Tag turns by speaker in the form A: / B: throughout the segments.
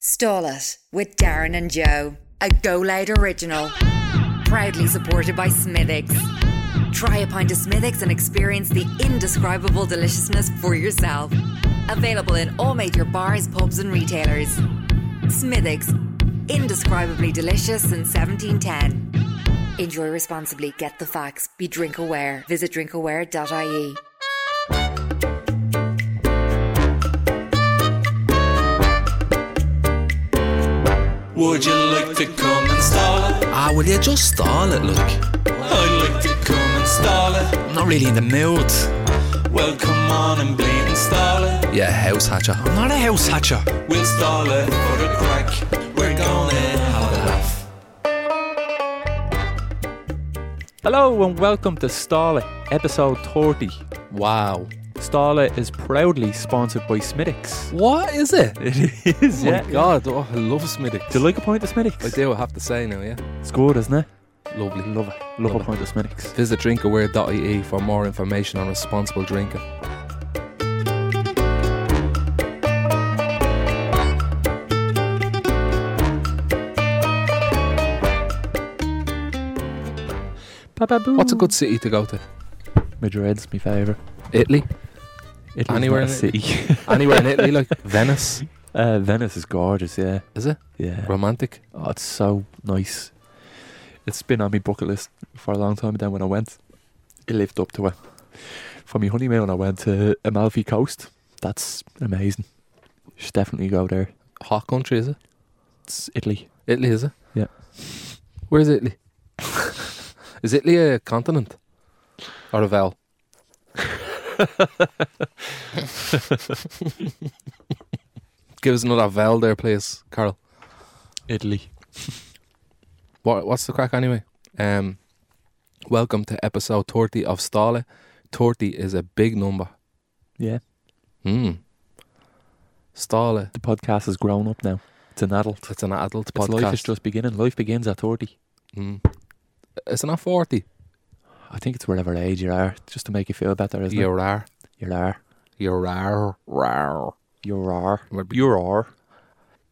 A: Stall It with Darren and Joe, a Go Loud original. Proudly supported by Smithix. Try a pint of Smithix and experience the indescribable deliciousness for yourself. Available in all major bars, pubs, and retailers. Smithix, indescribably delicious since 1710. Enjoy responsibly, get the facts, be drink aware. Visit drinkaware.ie.
B: Would you like to come and stall it?
C: Ah, will you just stall it, look?
B: I'd like to come and stall it.
C: I'm not really in the mood.
B: Well, come on and bleed and stall it.
C: Yeah, house hatcher. I'm not a house hatcher.
B: We'll stall it for a crack. We're gonna have a laugh.
D: Hello and welcome to Stall It, episode 30.
C: Wow.
D: Stall It is proudly sponsored by Smittix.
C: What is it?
D: It is,
C: Oh my god, oh, I love Smittix.
D: Do you like a pint of
C: I
D: Smittix?
C: do, I have to say now, yeah.
D: It's good, isn't it?
C: Lovely.
D: Love it. Love,
C: Love
D: a
C: it.
D: pint of Smittix.
C: Visit drinkaware.ie E for more information on responsible drinking.
D: Papa boo.
C: What's a good city to go to?
D: Madrid's my favourite.
C: Italy?
D: Italy's
C: Anywhere
D: not a
C: in
D: city.
C: Anywhere in Italy, like Venice?
D: uh, Venice is gorgeous, yeah.
C: Is it?
D: Yeah.
C: Romantic?
D: Oh, it's so nice. It's been on my bucket list for a long time, and then when I went, it lived up to it. For my honeymoon, I went to Amalfi Coast. That's amazing. You should definitely go there.
C: Hot country, is it?
D: It's Italy.
C: Italy, is it?
D: Yeah.
C: Where's Italy? is Italy a continent? Or a vowel? Give us another vowel there, please, Carl.
D: Italy.
C: What, what's the crack anyway? Um, welcome to episode 30 of Stale. 30 is a big number.
D: Yeah.
C: Hmm. Stale.
D: The podcast has grown up now. It's an adult.
C: It's an adult
D: Its
C: podcast.
D: life is just beginning. Life begins at 30.
C: Hmm. It's not 40.
D: I think it's whatever age you are, just to make you feel better, isn't
C: You are.
D: it? You are.
C: You are. Rar.
D: You are.
C: Would be-
D: You are.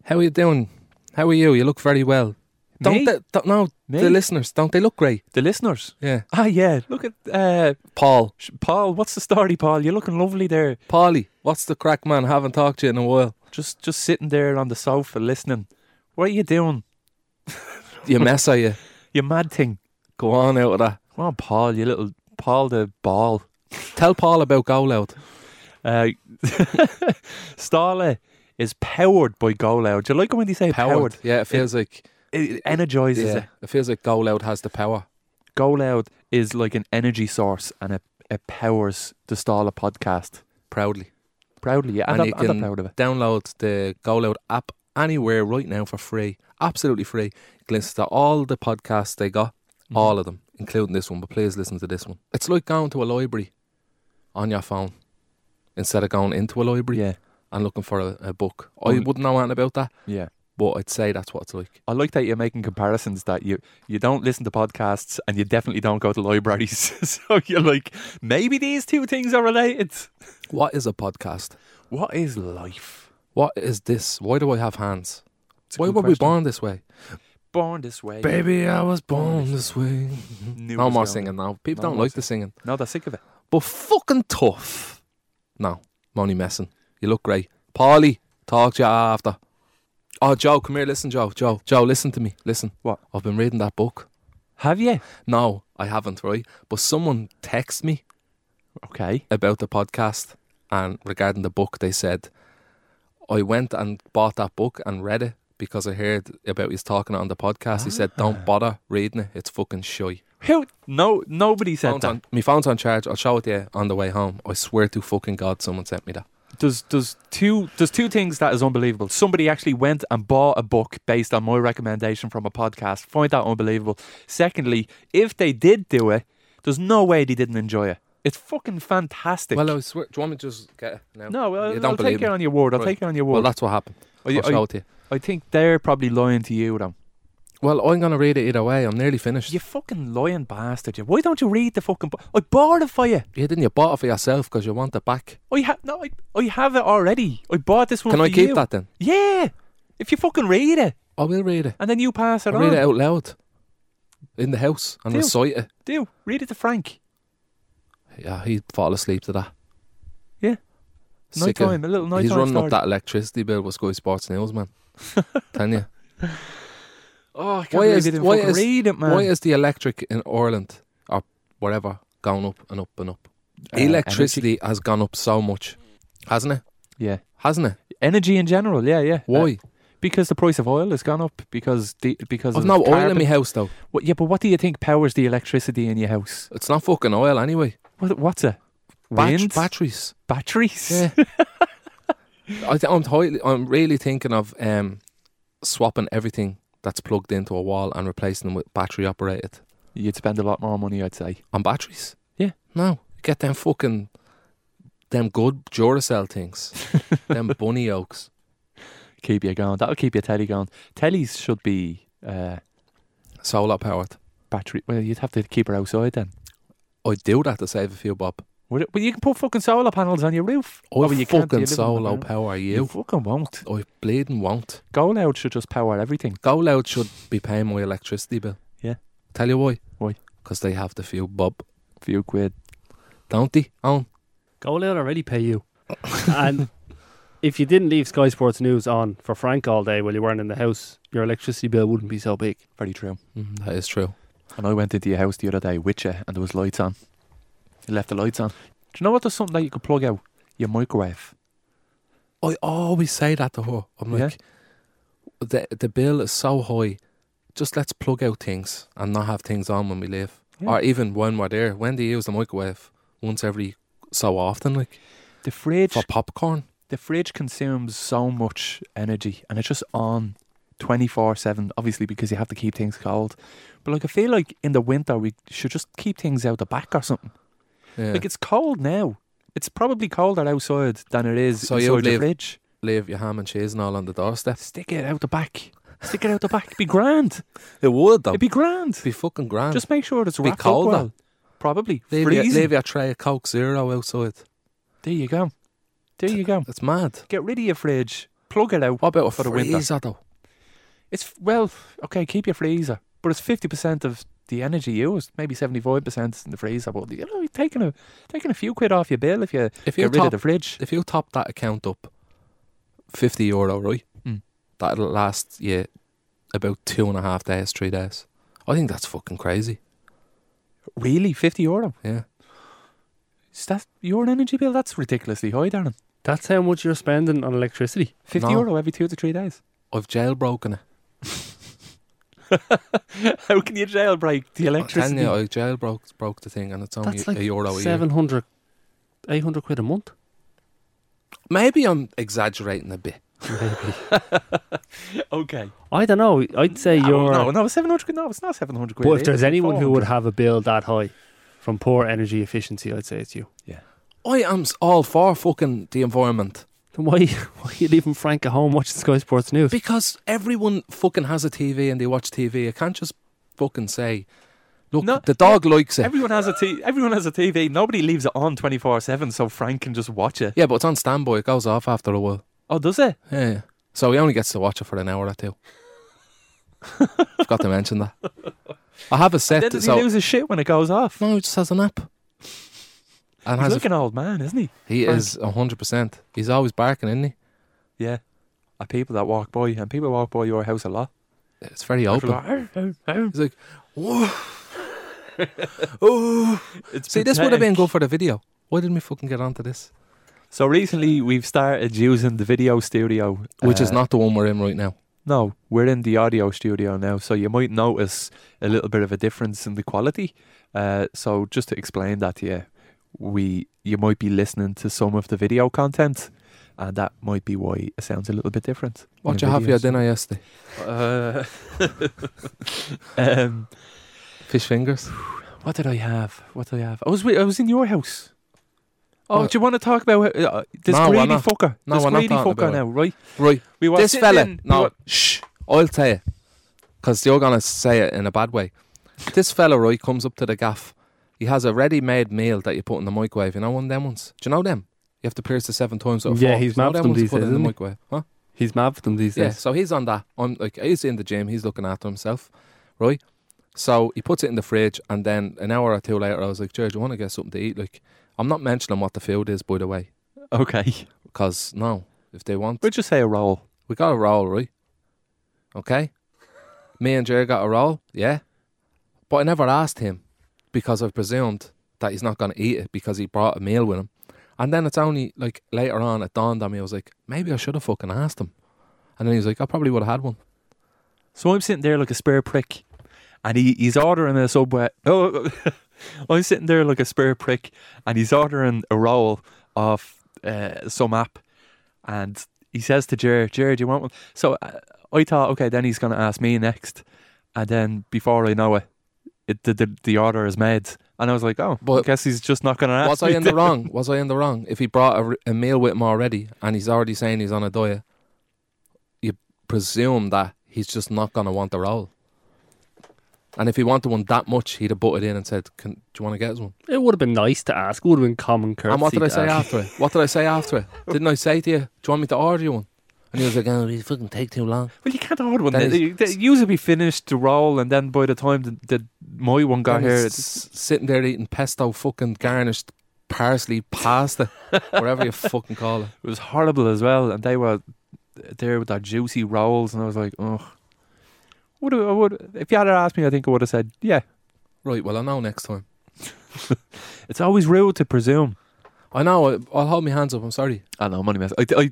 C: How are you doing? How are you? You look very well. Don't,
D: Me?
C: They, don't no
D: Me?
C: the listeners? Don't they look great?
D: The listeners.
C: Yeah,
D: Ah, yeah. Look at uh,
C: Paul,
D: Sh- Paul. What's the story, Paul? You're looking lovely there.
C: Paulie, what's the crack, man? Haven't talked to you in a while.
D: Just just sitting there on the sofa listening. What are you doing?
C: You mess are you?
D: You mad thing.
C: Go on out of that.
D: Come on, Paul, you little Paul the ball.
C: Tell Paul about Go Loud.
D: Uh Starla is powered by Go Loud. Do you like it when they say powered?
C: Yeah, it feels like
D: It energizes
C: yeah,
D: it.
C: it? feels like Go Loud has the power.
D: Go Loud is like an energy source and it, it powers the Starla podcast.
C: Proudly,
D: Proudly, yeah.
C: And
D: And, I'm,
C: you
D: and I'm
C: can-
D: proud of it.
C: download the Go Loud app anywhere right now for free, absolutely free. You can listen to all the podcasts they got, all of them, including this one. But please listen to this one. It's like going to a library on your phone instead of going into a library.
D: Yeah.
C: and looking for a, a book. I
D: Um,
C: wouldn't know anything about that,
D: Yeah.
C: but I'd say that's what it's like.
D: I like that you're making comparisons that you you don't listen to podcasts and you definitely don't go to libraries. so you're like, maybe these two things are related.
C: What is a podcast?
D: What is life?
C: What is this? Why do I have hands?
D: It's a
C: Why
D: good
C: were we
D: question.
C: born this way?
D: Born this way.
C: Baby, I was born this way.
D: Knew it
C: No
D: was
C: more
D: going.
C: singing now. People
D: No
C: don't
D: more
C: like the singing.
D: No, they're sick of it.
C: But fucking tough. No, I'm only messing. You look great. Polly, talk to you after. Oh, Joe, come here. Listen, Joe. Joe, Joe, listen to me. Listen.
D: What?
C: I've been reading that book.
D: Have you?
C: No, I haven't, right? But someone texted me
D: Okay.
C: about the podcast and regarding the book, they said, I went and bought that book and read it because I heard about he's talking on the podcast. He
D: Ah.
C: said, Don't bother reading it, it's fucking shy.
D: Who? No, nobody said
C: Phone's
D: that.
C: on, my phone's on charge, I'll show it to you on the way home. I swear to fucking God, someone sent me that.
D: There's, there's two there's two things that is unbelievable. Somebody actually went and bought a book based on my recommendation from a podcast. Find that unbelievable. Secondly, if they did do it, there's no way they didn't enjoy it. It's fucking fantastic.
C: Well, I swear, do you want me to just get it now?
D: no, well,
C: you
D: I'll,
C: don't
D: I'll
C: believe
D: take it
C: me.
D: on your word. I'll
C: Right.
D: take it on your
C: Well,
D: word.
C: that's what happened.
D: I,
C: I'll show
D: I,
C: it to you.
D: I think they're probably lying to you, though.
C: Well, I'm going to read it either way. I'm nearly finished.
D: You fucking lying bastard! You. Why don't you read the fucking? book? I bought it for you.
C: You didn't you bought it for yourself because you want it back.
D: I have no, I, I have it already. I bought this one.
C: Can I
D: for
C: keep
D: you.
C: that then?
D: Yeah. If you fucking read it
C: I will read it.
D: and then you pass it
C: I'll
D: on,
C: read it out loud in the house and
D: Do.
C: recite it.
D: do read it to Frank.
C: Yeah, he'd fall asleep to that.
D: Yeah.
C: Sick of-
D: Nighttime, a little
C: He's
D: nighttime
C: running
D: story.
C: up that electricity bill with Sky Sports News, man. Tell you.
D: Oh, I can't
C: Why
D: believe
C: is-
D: you didn't
C: why
D: fucking
C: is-
D: read it, man.
C: Why is the electric in Ireland or wherever gone up and up and up?
D: Uh,
C: electricity has gone up so much, hasn't it?
D: yeah,
C: Hasn't it?
D: energy in general. Yeah, yeah. Uh,
C: Why?
D: because the price of oil has gone up. Because the because
C: I've
D: of
C: no oil in
D: carbon.
C: my house though.
D: What, yeah, but what do you think powers the electricity in your house?
C: It's not fucking oil anyway.
D: What, what's it?
C: Batch-
D: Wind?
C: batteries.
D: Batteries?
C: Yeah. I th- I'm highly, I'm really thinking of um, swapping everything that's plugged into a wall and replacing them with battery operated.
D: You'd spend a lot more money, I'd say.
C: on batteries.
D: Yeah.
C: No, get them fucking them good Duracell things, them bunny oaks.
D: Keep you going. That'll keep your telly going. Tellies should be uh,
C: solar powered.
D: battery. Well, you'd have to keep her outside then.
C: I do that to save a few bob.
D: Would it? Well, you can put fucking solar panels on your roof.
C: I
D: Oh, well, you can't, do
C: Oh, fucking
D: you live in an
C: solo
D: apartment?
C: power
D: You.
C: you.
D: fucking won't.
C: I bleeding won't.
D: Go loud should just power everything.
C: Go loud should be paying my electricity bill.
D: Yeah.
C: Tell you why.
D: Why?
C: Because they have the few bob,
D: Few quid.
C: don't they? Own.
E: Go out already pay you. and if you didn't leave Sky Sports News on for Frank all day while you weren't in the house, your electricity bill wouldn't be so big.
D: Very true.
C: Mm, that is true.
D: And I went into your house the other day with you, and there was lights on. You left the lights on. Do you know what? There's something that you could plug out your microwave.
C: I always say that to her. I'm
D: Yeah.
C: like, the the bill is so high. Just let's plug out things and not have things on when we leave,
D: Yeah.
C: or even when we're there. When do you use the microwave? Once every so often, like
D: The fridge.
C: for popcorn.
D: the fridge consumes so much energy and it's just on 24 7 obviously because you have to keep things cold but like i feel like in the winter we should just keep things out the back or something
C: Yeah.
D: like it's cold now it's probably colder outside than it is
C: So
D: inside
C: you'll
D: the
C: leave-
D: fridge
C: leave your ham and cheese and all on the doorstep.
D: stick it out the back stick it out the back it'd be grand
C: It would though. It'd
D: it'd
C: be,
D: be grand
C: fucking grand.
D: just make sure it's
C: be
D: wrapped
C: colder.
D: up well probably
C: leave your,
D: freezing
C: leave your tray of Coke Zero outside.
D: there you go there you go
C: It's mad.
D: get rid of your fridge plug it out
C: What about a
D: For the winter.
C: freezer though?
D: It's well, okay, keep your freezer, but it's fifty percent of the energy used, maybe seventy five percent in the freezer. But you know, you're taking a taking a few quid off your bill if you
C: If you
D: get rid
C: top
D: of the fridge.
C: if you top that account up, fifty euro, right?
D: Mm.
C: That'll last you about two and a half days, three days. I think that's fucking crazy.
D: Really, fifty euro?
C: Yeah,
D: Is that your energy bill? That's ridiculously high, Darren.
E: That's how much you're spending on electricity.
D: Fifty
C: No.
D: euro every two to three days.
C: I've jailbroken it.
D: How can you jailbreak
C: I'm
D: the
C: telling
D: electricity?
C: you, I jailbroke broke the thing, and it's only
E: That's
C: a
E: like
C: euro a year.
E: 700, 800 quid a month.
C: Maybe I'm exaggerating a bit.
E: Maybe.
D: okay.
E: I don't know. I'd say
D: No,
E: you're.
D: no, no, seven hundred quid. No, it's not seven hundred quid.
E: but if
D: eh?
E: there's anyone who would
D: 400.
E: have a bill that high from poor energy efficiency, I'd say it's you.
C: I am s- all for fucking the environment
E: Then why, why are you leaving Frank at home watching Sky Sports News?
C: because everyone fucking has a TV and they watch TV. I can't just fucking say, look,
D: No,
C: the dog likes it.
D: everyone has a t- everyone has a TV. Nobody leaves it on twenty four seven, so Frank can just watch it.
C: yeah, but it's on standby. It goes off after a while.
D: Oh, does it?
C: Yeah. So he only gets to watch it for an hour or two. Forgot to mention that. I have a
D: Then
C: set.
D: does
C: so
D: he lose his shit when it goes off?
C: no, he just has an app. And
D: He's
C: has a-
D: like an old man, isn't he?
C: he
D: Frank.
C: is hundred percent. He's always barking, isn't he?
D: Yeah. Are people that walk by, and people walk by your house a lot.
C: It's very open.
D: It's
C: He's like, "Whoa." oh. See, this would have been good for the video. Why didn't we fucking get onto this?
D: So recently, we've started using the video studio,
C: Which is
D: uh,
C: not the one we're in right now.
D: No, we're in the audio studio now, so you might notice a little bit of a difference in the quality. Uh, so just to explain that to you, we you might be listening to some of the video content, and that might be why it sounds a little bit different.
C: What
D: in
C: you have for your
D: videos.
C: dinner yesterday?
D: Uh, um,
C: Fish fingers.
D: what did I have? What did I have? I was wi- I was in your house. Oh,
C: What?
D: do you want to talk about uh, this
C: No, we're
D: greedy
C: not.
D: fucker?
C: No,
D: this
C: we're not
D: greedy
C: talking
D: fucker
C: about it.
D: now, right?
C: Right.
D: We were
C: this
D: sitting
C: fella.
D: in- we
C: no,
D: were-
C: shh. I'll tell you, because you're gonna say it in a bad way. This fella, right, comes up to the gaff. He has a ready-made meal that you put in the microwave. You know one of them ones. Do you know them? You have to pierce the seven times. Out of
E: Yeah,
C: four.
E: he's
C: Do you know
E: mapped
C: them
E: them
C: ones you
E: these
C: put
E: days,
C: in the
E: isn't he?
C: microwave. Huh?
E: He's mad for them these
C: Yeah,
E: days.
C: so he's on that. I'm like he's in the gym, he's looking after himself, right? So he puts it in the fridge and then an hour or two later I was like, George, I want to get something to eat. Like I'm not mentioning what the food is, by the way.
D: Okay.
C: Because no, if they want
D: We'll just say a roll.
C: we got a roll, right? Okay? Me and Jerry got a roll, yeah? But I never asked him because I presumed that he's not going to eat it because he brought a meal with him. And then it's only like later on it dawned on me, I was like, maybe I should have fucking asked him. And then he was like, I probably would have had one.
D: So I'm sitting there like a spare prick, and he, he's ordering a subway. Oh, I'm sitting there like a spare prick, and he's ordering a roll of uh, some app, and he says to Jared, "Jared, do you want one?" So uh, I thought, okay, then he's going to ask me next, and then before I know it, it the, the the order is made, and I was like, oh, I
C: But-
D: guess he's just not going to ask
C: Was I
D: me
C: in the
D: then.
C: wrong? Was I in the wrong? If he brought a, r- a meal with him already and he's already saying he's on a diet, you presume that he's just not going to want the roll. And if he wanted one that much, he'd have butted in and said, Can, Do you want to get us one?
E: It would have been nice to ask. It would have been common courtesy.
C: And what did I
E: to
C: say
E: ask.
C: after it? What did I say after it? Didn't I say to you, do you want me to order you one? And he was like, oh, it fucking take too long.
D: Well, you can't order one.
C: Then
D: Then usually be finished the roll, and then by the time that the, my one got
C: And
D: here,
C: he's
D: it's,
C: s- sitting there eating pesto fucking garnished parsley pasta, whatever you fucking call it.
D: It was horrible as well, and they were there with their juicy rolls, and I was like, ugh. Would I would if you had asked me, I think I would have said, yeah.
C: Right, well, I know next time.
D: It's always rude to presume.
C: I know, I- I'll hold my hands up, I'm sorry.
D: I know, money mess. I, I,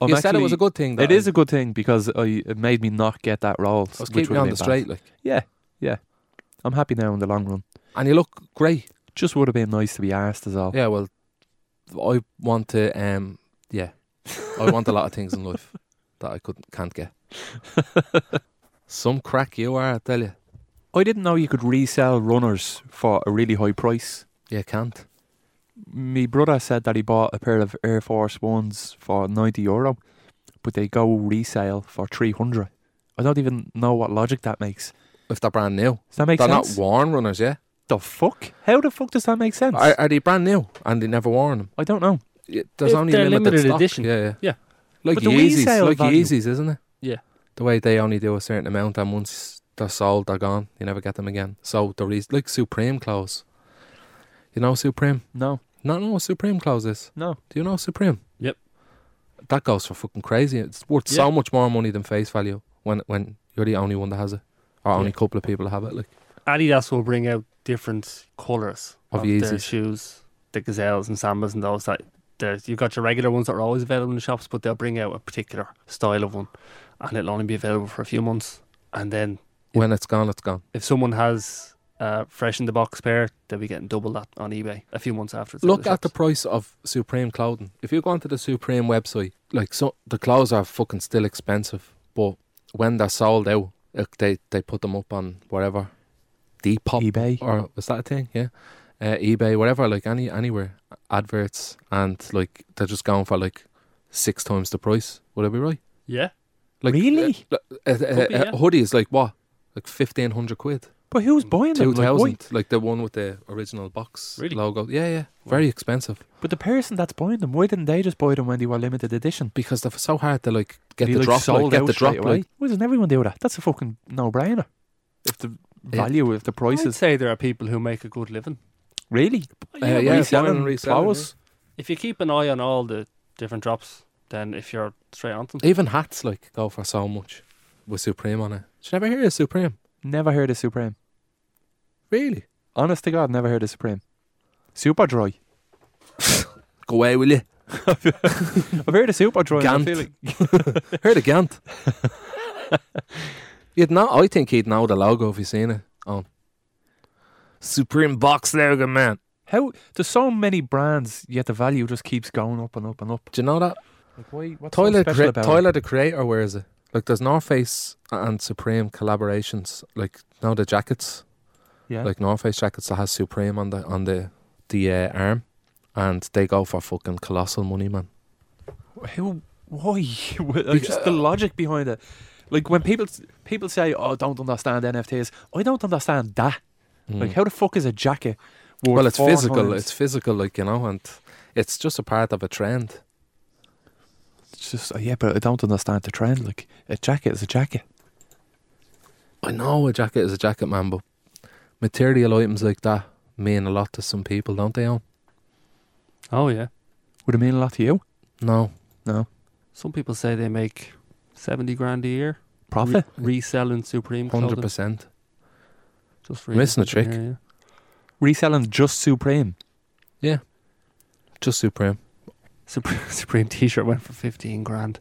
D: I'm
C: you said it
D: Oh, actually-
C: was a good thing.
D: It
C: That
D: is
C: I,
D: a good thing because I, it made me not get that
C: I
D: roll.
C: was
D: which
C: keeping
D: would
C: you
D: have
C: on
D: been
C: the
D: bad.
C: straight, like.
D: Yeah, yeah. I'm happy now in the long run.
C: And you look great.
D: Just would have been nice to be asked as all.
C: Yeah, well, I want to, um, yeah. I want a lot of things in life that I couldn't, can't get. Some crack you are, I tell you.
D: I didn't know you could resell runners for a really high price.
C: You can't.
D: my brother said that he bought a pair of Air Force Ones for 90 euro, but they go resale for 300. I don't even know what logic that makes.
C: If they're brand new.
D: Does that make
C: They're
D: sense?
C: not worn runners, yeah.
D: the fuck? How the fuck does that make sense?
C: Are,
D: I,
C: are they brand new and they never worn them?
D: don't know.
C: Y- There's
E: If
C: only
E: they're
C: limited,
E: limited
C: stock.
E: edition.
C: Yeah, yeah,
E: Yeah.
C: Like
D: But the
C: Yeezys,
D: resale
C: like
D: value-
C: Yeezys, isn't it?
E: Yeah.
C: The way they only do a certain amount, and once they're sold, they're gone. You never get them again. So the reason, like Supreme clothes. You know Supreme?
D: No,
C: Not know what Supreme clothes is.
D: no.
C: Do you know Supreme?
E: Yep.
C: That goes for fucking crazy. It's worth
E: Yeah.
C: so much more money than face value when when you're the only one that has it, or only
E: Yeah.
C: couple of people that have it. Like
E: Adidas will bring out different colours
C: Of
E: of,
C: Yeezys.
E: their shoes, the gazelles and sambas and those. That there's you've got your regular ones that are always available in the shops, but they'll bring out a particular style of one, and it'll only be available for a few months. And then
C: when it's gone, it's gone.
E: if someone has a fresh in the box pair, they'll be getting double that on eBay a few months after. It's out
C: Look at the
E: shops.
C: price of Supreme clothing. If you go onto the Supreme website, like so, the clothes are fucking still expensive, but when they're sold out, uh, they they put them up on wherever, Depop
D: eBay.
C: or was that a thing? Yeah, uh, eBay, whatever, like any anywhere, adverts, and like they're just going for like six times the price. Would I be right?
E: yeah.
C: Like
D: Really?
C: uh, uh, uh,
E: be,
C: uh,
E: yeah.
C: hoodie is like what, like fifteen hundred quid,
D: but who's buying them?
C: two
D: Like, why-
C: thousand, like, the one with the original box
E: Really?
C: logo. Yeah, yeah, very expensive.
D: but the person that's buying them, why didn't they just buy them when they were limited edition?
C: because they're so hard to like get
D: They,
C: the
D: like,
C: drop, like,
D: sold
C: get
D: out
C: the drop,
D: straight away.
C: like
D: Why doesn't everyone do that? That's a fucking no-brainer. If the
C: Yeah.
D: value, if the price
E: I'd
D: is
E: say there are people who make a good living.
D: really,
C: uh, yeah, buying
D: reselling
C: and reselling,
D: clothes.
E: If you keep an eye on all the different drops, then if you're straight on them,
C: even hats like go for so much with Supreme on it. Did you never hear of Supreme?
D: Never heard of Supreme.
C: Really?
D: Honest to God, never heard of Supreme. Super dry.
C: Go away, will you?
D: I've heard of super dry. and I
C: Gant.
D: feel like-
C: Heard of Gant? You'd know. I think he'd know the logo if you seen it. on Supreme box logo, man.
D: how there's so many brands, yet the value just keeps going up and up and up.
C: Do you know that
D: Like why? What's so
C: Tyler,
D: special
C: Cre-
D: about
C: Tyler the Creator wears it. Like there's North Face and Supreme collaborations. Like now the jackets.
D: it? Yeah.
C: like North Face jackets that has Supreme on the on the the uh, arm, and they go for fucking colossal money, man.
D: who? Why? like, just the logic behind it. Like when people people say, "Oh, don't understand NFTs," I don't understand that. Like how the fuck is a jacket? Worth
C: Mm. well, it's
D: four
C: physical.
D: times-
C: It's physical, like you know, and it's just a part of a trend.
D: It's just, oh, yeah, but I don't understand the trend. Like, a jacket is a jacket.
C: I know a jacket is a jacket, man, but material items like that mean a lot to some people, don't they? Owen?
E: Oh yeah.
D: Would it mean a lot to you?
C: No,
E: Some people say they make seventy grand a year
D: Profit?
E: re- reselling Supreme
C: hundred
E: clothing.
C: percent.
E: Just
C: Missing a
E: reselling,
C: trick.
E: yeah, yeah.
D: Reselling just Supreme.
C: Just supreme.
E: Supreme, Supreme T-shirt went for fifteen grand.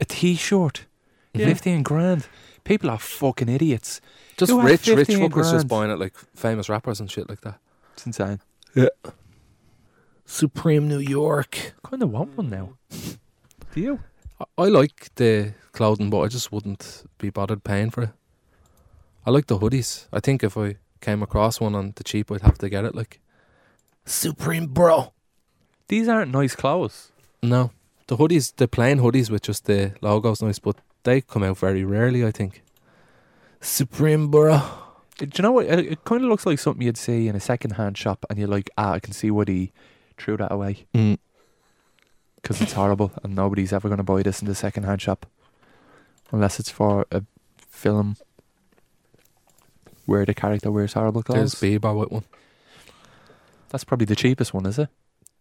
D: A t shirt.
C: Yeah.
D: 15 grand. People are fucking idiots.
C: Just
D: You had
C: rich, rich
D: 15
C: fuckers just
D: grand.
C: buying it like famous rappers and shit like that.
D: It's insane.
C: Supreme New York.
D: Kind of want one now. Do you?
C: I, I like the clothing, but I just wouldn't be bothered paying for it. I like the hoodies. I think if I came across one on the cheap, I'd have to get it. Like Supreme, bro.
D: These aren't nice clothes.
C: No, the hoodies, the plain hoodies with just the logos, nice, but they come out very rarely. I think. Supreme, bro.
D: Uh, Do you know what? It, it kind of looks like something you'd see in a second-hand shop, and you're like, ah, I can see what he threw that away
C: Mm.
D: because it's horrible, and nobody's ever going to buy this in the second-hand shop, unless it's for a film where the character wears horrible
C: There's
D: clothes.
C: Bieber with one.
D: That's probably the cheapest one, is it?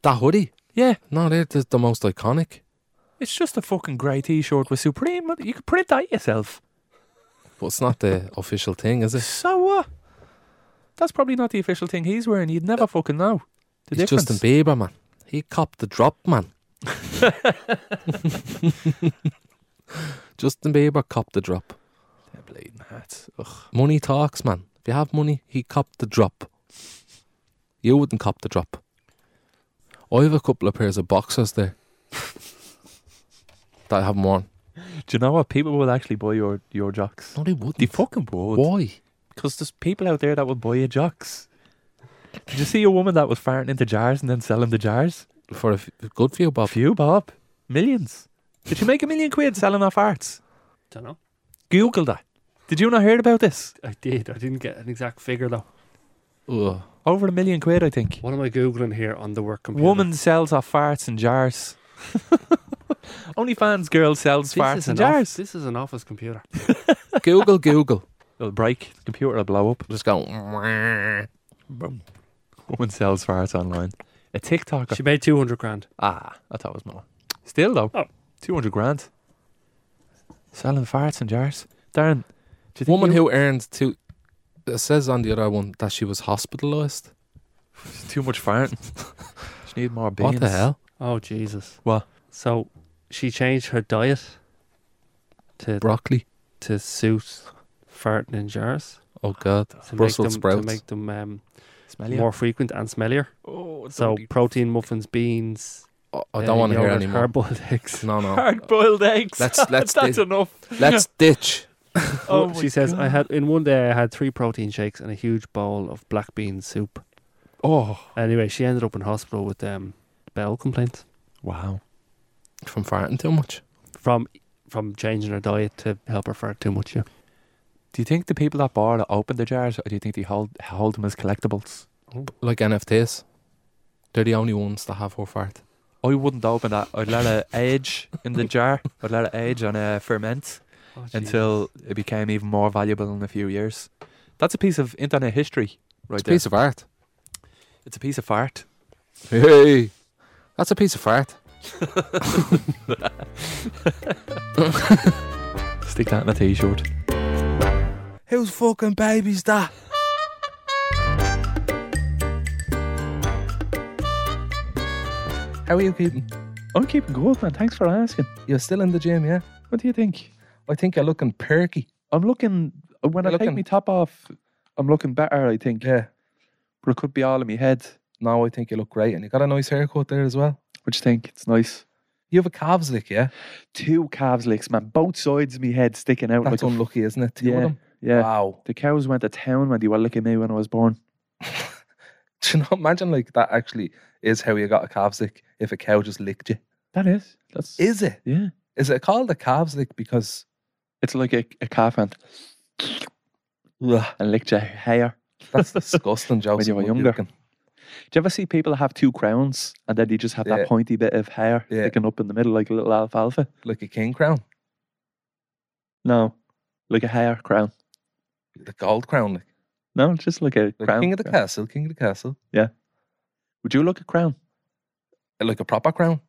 C: That hoodie.
D: Yeah,
C: No, they're the, the most iconic.
D: it's just a fucking grey T-shirt with Supreme. You could print that yourself.
C: But it's not the official thing, is it?
D: So what? That's probably not the official thing he's wearing. You'd never fucking know. The
C: it's
D: difference.
C: Justin Bieber, man. He copped the drop, man. Justin Bieber copped the drop.
D: They're bleeding hearts. Ugh.
C: Money talks, man. If you have money, he copped the drop. You wouldn't cop the drop. I have a couple of pairs of boxers there that I haven't worn.
D: Do you know what? People will actually buy your, your jocks.
C: No, they wouldn't.
D: They fucking would.
C: Why?
D: Because there's people out there that would buy your jocks. Did you see a woman that was farting into jars and then selling the jars?
C: For a f- good few,
D: A
C: Bob.
D: few, Bob. Millions. Did she make a million quid selling off arts?
E: Don't know.
D: Google that. Did you not hear about this?
E: I did. I didn't get an exact figure though.
C: Ugh.
D: Over a million quid, I think.
E: What am I googling here on the work computer?
D: Woman sells off farts and jars. OnlyFans girl sells
E: This
D: farts
E: is
D: and
E: an off-
D: jars.
E: this is an office computer.
C: Google, Google.
D: It'll break. The computer will blow up.
C: Just go. "Mwah."
D: Woman sells farts online. A TikToker.
E: She made two hundred grand.
D: Ah, I thought it was more. Still though,
E: Oh.
D: two hundred grand. Selling farts and jars, Darren. Do you think
C: Woman
D: you-
C: who earned two. It says on the other one that she was hospitalised.
D: too much farting. she need more beans.
C: What the hell?
E: Oh Jesus!
D: What?
E: So she changed her diet to
C: Broccoli.
E: to suit farting in jars
C: Oh God.
E: to
C: Brussels
E: make them,
C: sprouts.
E: to make them um,
D: Smelly.
E: more frequent and smellier.
D: Oh,
E: So protein muffins, beans.
C: I- Oh, I
E: uh,
C: don't want to hear
E: yogurt,
C: anymore.
E: Hard-boiled eggs.
C: No, no.
D: hard-boiled eggs.
C: Let's- let's
D: That's
C: do-
D: enough.
C: Let's ditch.
D: Oh,
E: Well,
D: my
E: she says I
D: God.
E: had in one day I had three protein shakes and a huge bowl of black bean soup.
D: Oh,
E: Anyway, she ended up in hospital with um, bowel complaints
D: wow.
C: From farting too much.
E: from from changing her diet to help her fart too much. Yeah.
D: Do you think the people that bought it open the jars, or do you think they hold hold them as collectibles?
C: Like NFTs. They're the only ones that have her fart.
D: I wouldn't open that. I'd let it age in the jar. I'd let it age and uh, ferment. until it became even more valuable in a few years. That's a piece of internet history, right
C: It's a
D: there.
C: piece of art.
D: it's a piece of art.
C: Hey, that's a piece of fart.
D: Stick that in a t-shirt.
C: Whose fucking baby's that? How are you keeping?
D: I'm keeping good, man. Thanks for asking.
C: You're still in the gym, yeah?
D: What do you think?
C: I think you're looking perky.
D: I'm looking uh, when I
C: You're
D: take
C: looking-
D: my top off. I'm looking better, I think.
C: Yeah.
D: But it could be all in my head.
C: No, I think you look great, and you got a nice haircut there as well.
D: What do you think? It's nice.
C: You have a calves lick, yeah?
D: Two calves licks, man. Both sides of me head sticking out.
C: That's
D: like a f-
C: unlucky, isn't it? Two
D: Yeah.
C: of them.
D: yeah.
C: Wow.
D: The cows went to town when they were licking me when I was born.
C: Do you know? Imagine like that actually is how you got a calves lick if a cow just licked you.
D: That is. That's
C: Is it?
D: yeah.
C: Is it called a calves lick because
D: It's like a, a calf and
C: Ugh,
D: and licked your hair.
C: that's disgusting, Joseph?
D: you were
C: what you
D: younger.
C: can-
D: Do you ever see people have two crowns and then they just have
C: Yeah.
D: that pointy bit of hair
C: Yeah.
D: sticking up in the middle like a little alfalfa?
C: Like a king crown,
D: No, like a hair crown.
C: the gold crown, like,
D: No, it's just like a
C: like
D: crown.
C: king of the
D: crown.
C: castle, king of the castle,
D: Would you look a crown?
C: like a proper crown,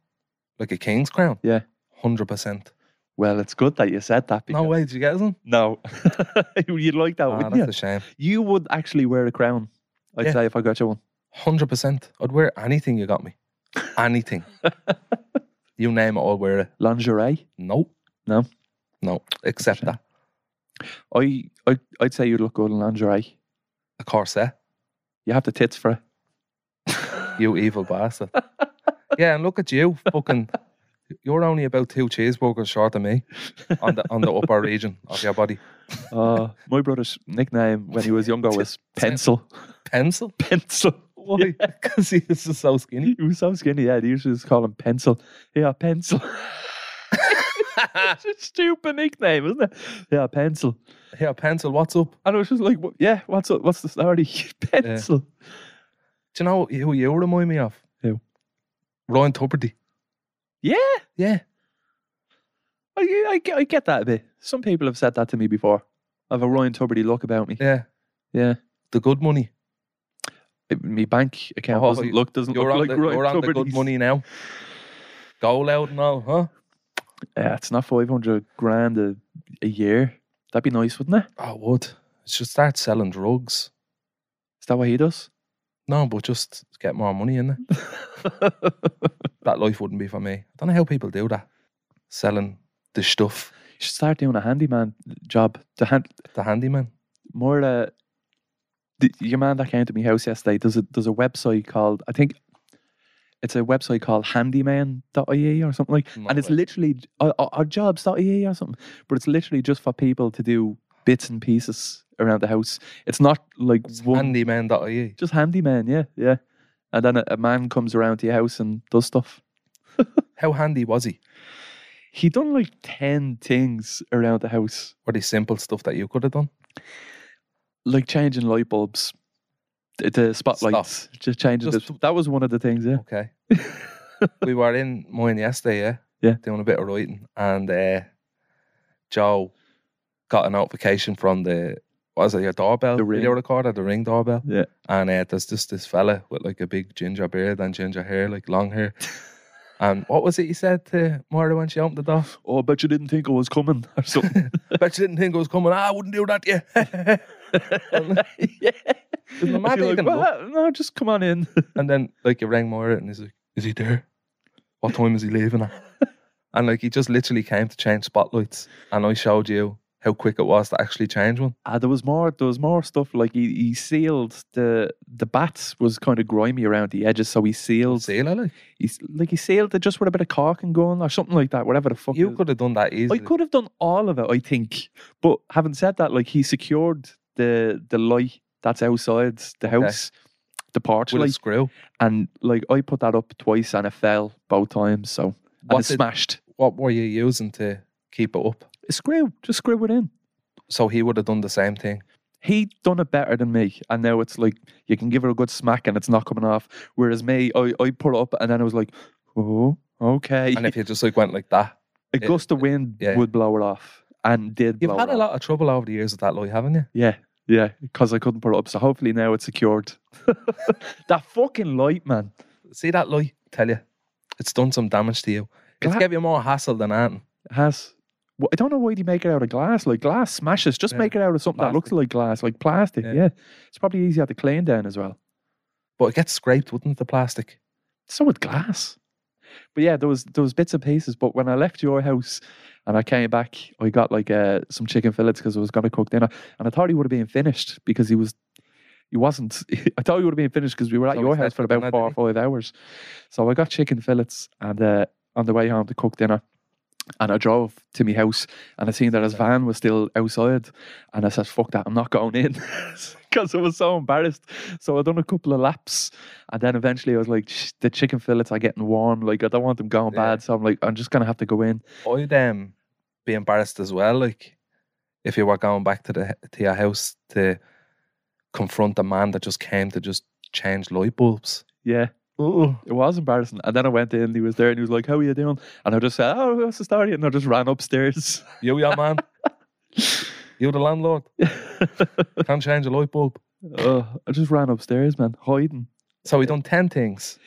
C: like a king's crown.
D: Yeah.
C: hundred percent.
D: Well, it's good that you said that.
C: No
D: because-
C: way, did you get them?
D: No, you'd like that,
C: Ah,
D: wouldn't
C: that's
D: you?
C: a shame.
D: you would actually wear a crown. I'd
C: Yeah.
D: say if I got you one.
C: Hundred percent. I'd wear anything you got me. Anything. you name it, I'll wear it.
D: Lingerie.
C: No.
D: No?
C: No. Except
D: shame.
C: that.
D: I, I I'd say you'd look good in lingerie.
C: A corset.
D: You have the tits for it.
C: You evil bastard. yeah, and look at you, fucking. You're only about two cheeseburgers short of me on the on the upper region of your body.
D: Uh, my brother's nickname when he was younger was Pencil.
C: Pencil?
D: Pencil.
C: Why? Because he is just so skinny.
D: He was so skinny. Yeah, they used to just call him Pencil. Yeah, Pencil. it's a stupid nickname, isn't it? Yeah, Pencil.
C: Yeah, pencil. What's up?
D: And I was just like, "What- yeah, what's up? What's the story? pencil.
C: Do you know who you remind me of?
D: Who?
C: Ryan Tuberty.
D: Yeah,
C: Yeah.
D: I, I, get- I get that a bit. Some people have said that to me before. I have a Ryan Tuberty look about me.
C: Yeah.
D: Yeah.
C: The good money.
D: It- my bank account
C: Oh,
D: doesn't look doesn't
C: You're
D: look
C: on,
D: like
C: the,
D: Ryan
C: you're on the good
D: Tuberty's.
C: money now. Goal out and all, huh?
D: Yeah, it's not five hundred grand a, a year. That'd be nice, wouldn't it?
C: I would. Should start selling drugs. Oh.
D: Is that what he does?
C: No, but just get more money in it. That life wouldn't be for me. I don't know how people do that. Selling the stuff,
D: You should start doing a handyman job. The hand
C: the handyman.
D: more uh, the, your man that came to my house yesterday does a there's a website called I think it's a website called handyman.ie or something like
C: No
D: and it's
C: way.
D: literally j- or, or, or jobs.ie or something but it's literally just for people to do bits and pieces around the house it's not like one
C: Handyman.ie.
D: just handyman yeah yeah and then a, a man comes around to your house and does stuff
C: How handy was he?
D: he done like 10 things around the house
C: Were they simple stuff that you could have done?
D: like changing light bulbs, the, the spotlights, just changing.
C: Just
D: the, that was one of the things. Yeah,
C: Okay. we were in mine yesterday, yeah?
D: Yeah.
C: Doing a bit of writing. And uh, Joe got a notification from the, what is it, your doorbell?
D: The
C: video
D: Ring.
C: recorder, the ring doorbell.
D: yeah.
C: And uh, there's just this fella with like a big ginger beard and ginger hair, like long hair. and what was it he said to Moira when she opened the door?
D: Oh, I bet you didn't think I was coming or something.
C: Bet you didn't think I was coming. "Ah, I wouldn't do that to you.
D: yeah.
C: Isn't it mad
D: And you're
C: how you
D: like,
C: can look?
D: "Well, no, just come on in.
C: And then like you rang Moira and he's like, Is he there? What time is he leaving at? And like he just literally came to change spotlights. And I showed you how quick it was to actually change one.
D: Ah, there was more. There was more stuff. Like he, he sealed the the bats was kind of grimy around the edges, so he sealed.
C: See, Lily?
D: He's like he sealed it just with a bit of cork and going or something like that. Whatever the fuck.
C: You
D: it-
C: could have done that
D: I
C: easily.
D: could have done all of it, I think. But having said that, like he secured the the light that's outside the
C: Okay.
D: house, the porch
C: with a
D: light,
C: screw.
D: and like I put that up twice and it fell both times. So and it
C: What, did,
D: smashed.
C: what were you using to keep it up?
D: Screw, just screw it in.
C: So he would have done the same thing.
D: He done it better than me, and now it's like you can give her a good smack and it's not coming off. Whereas me, I I put it up and then I was like, oh, okay.
C: And if you just like went like that,
D: a gust of wind
C: yeah.
D: would blow it off, and did.
C: You've
D: blow
C: had
D: it
C: a
D: off.
C: lot of trouble over the years with that light, haven't you?
D: Yeah, yeah, because I couldn't put it up. So hopefully now it's secured. that fucking light, man.
C: See that light? Tell you, it's done some damage to you. It's
D: Gla-
C: gave you more hassle than anything.
D: Has. Well, I don't know why they make it out of glass. Like glass smashes. Just
C: Yeah.
D: make it out of something that looks
C: Plastic.
D: like glass, like plastic.
C: Yeah.
D: Yeah. It's probably easier to clean down as well.
C: But it gets scraped, wouldn't it, the plastic?
D: So would glass. But yeah, there was there was bits and pieces. But when I left your house and I came back, I got like uh, some chicken fillets because I was going to cook dinner, and I thought he would have been finished because he was he wasn't. I thought he would have been finished because we were at
C: So
D: your
C: he said
D: house for
C: for
D: about
C: dinner,
D: four
C: did
D: or five hours. So I got chicken fillets, and uh, on the way home to cook dinner. And I drove to my house and I seen that his van was still outside. And I said, fuck that, I'm not going in because I was so embarrassed. So I done a couple of laps. And then eventually I was like, "Sh- the chicken fillets are getting warm. Like, I don't want them going
C: Yeah.
D: bad. So I'm like, I'm just going to have to go in.
C: I'd um, be embarrassed as well, like if you were going back to the to your house to confront the man that just came to just change light bulbs. Uh-uh.
D: Yeah. It was embarrassing. And then I went in, he was there and he was like, How are you doing? And I just said, Oh, what's the story? And I just ran upstairs.
C: You, yeah, man. you, the landlord. Can't change a light bulb.
D: oh, I just ran upstairs, man, hiding.
C: So we done 10 things,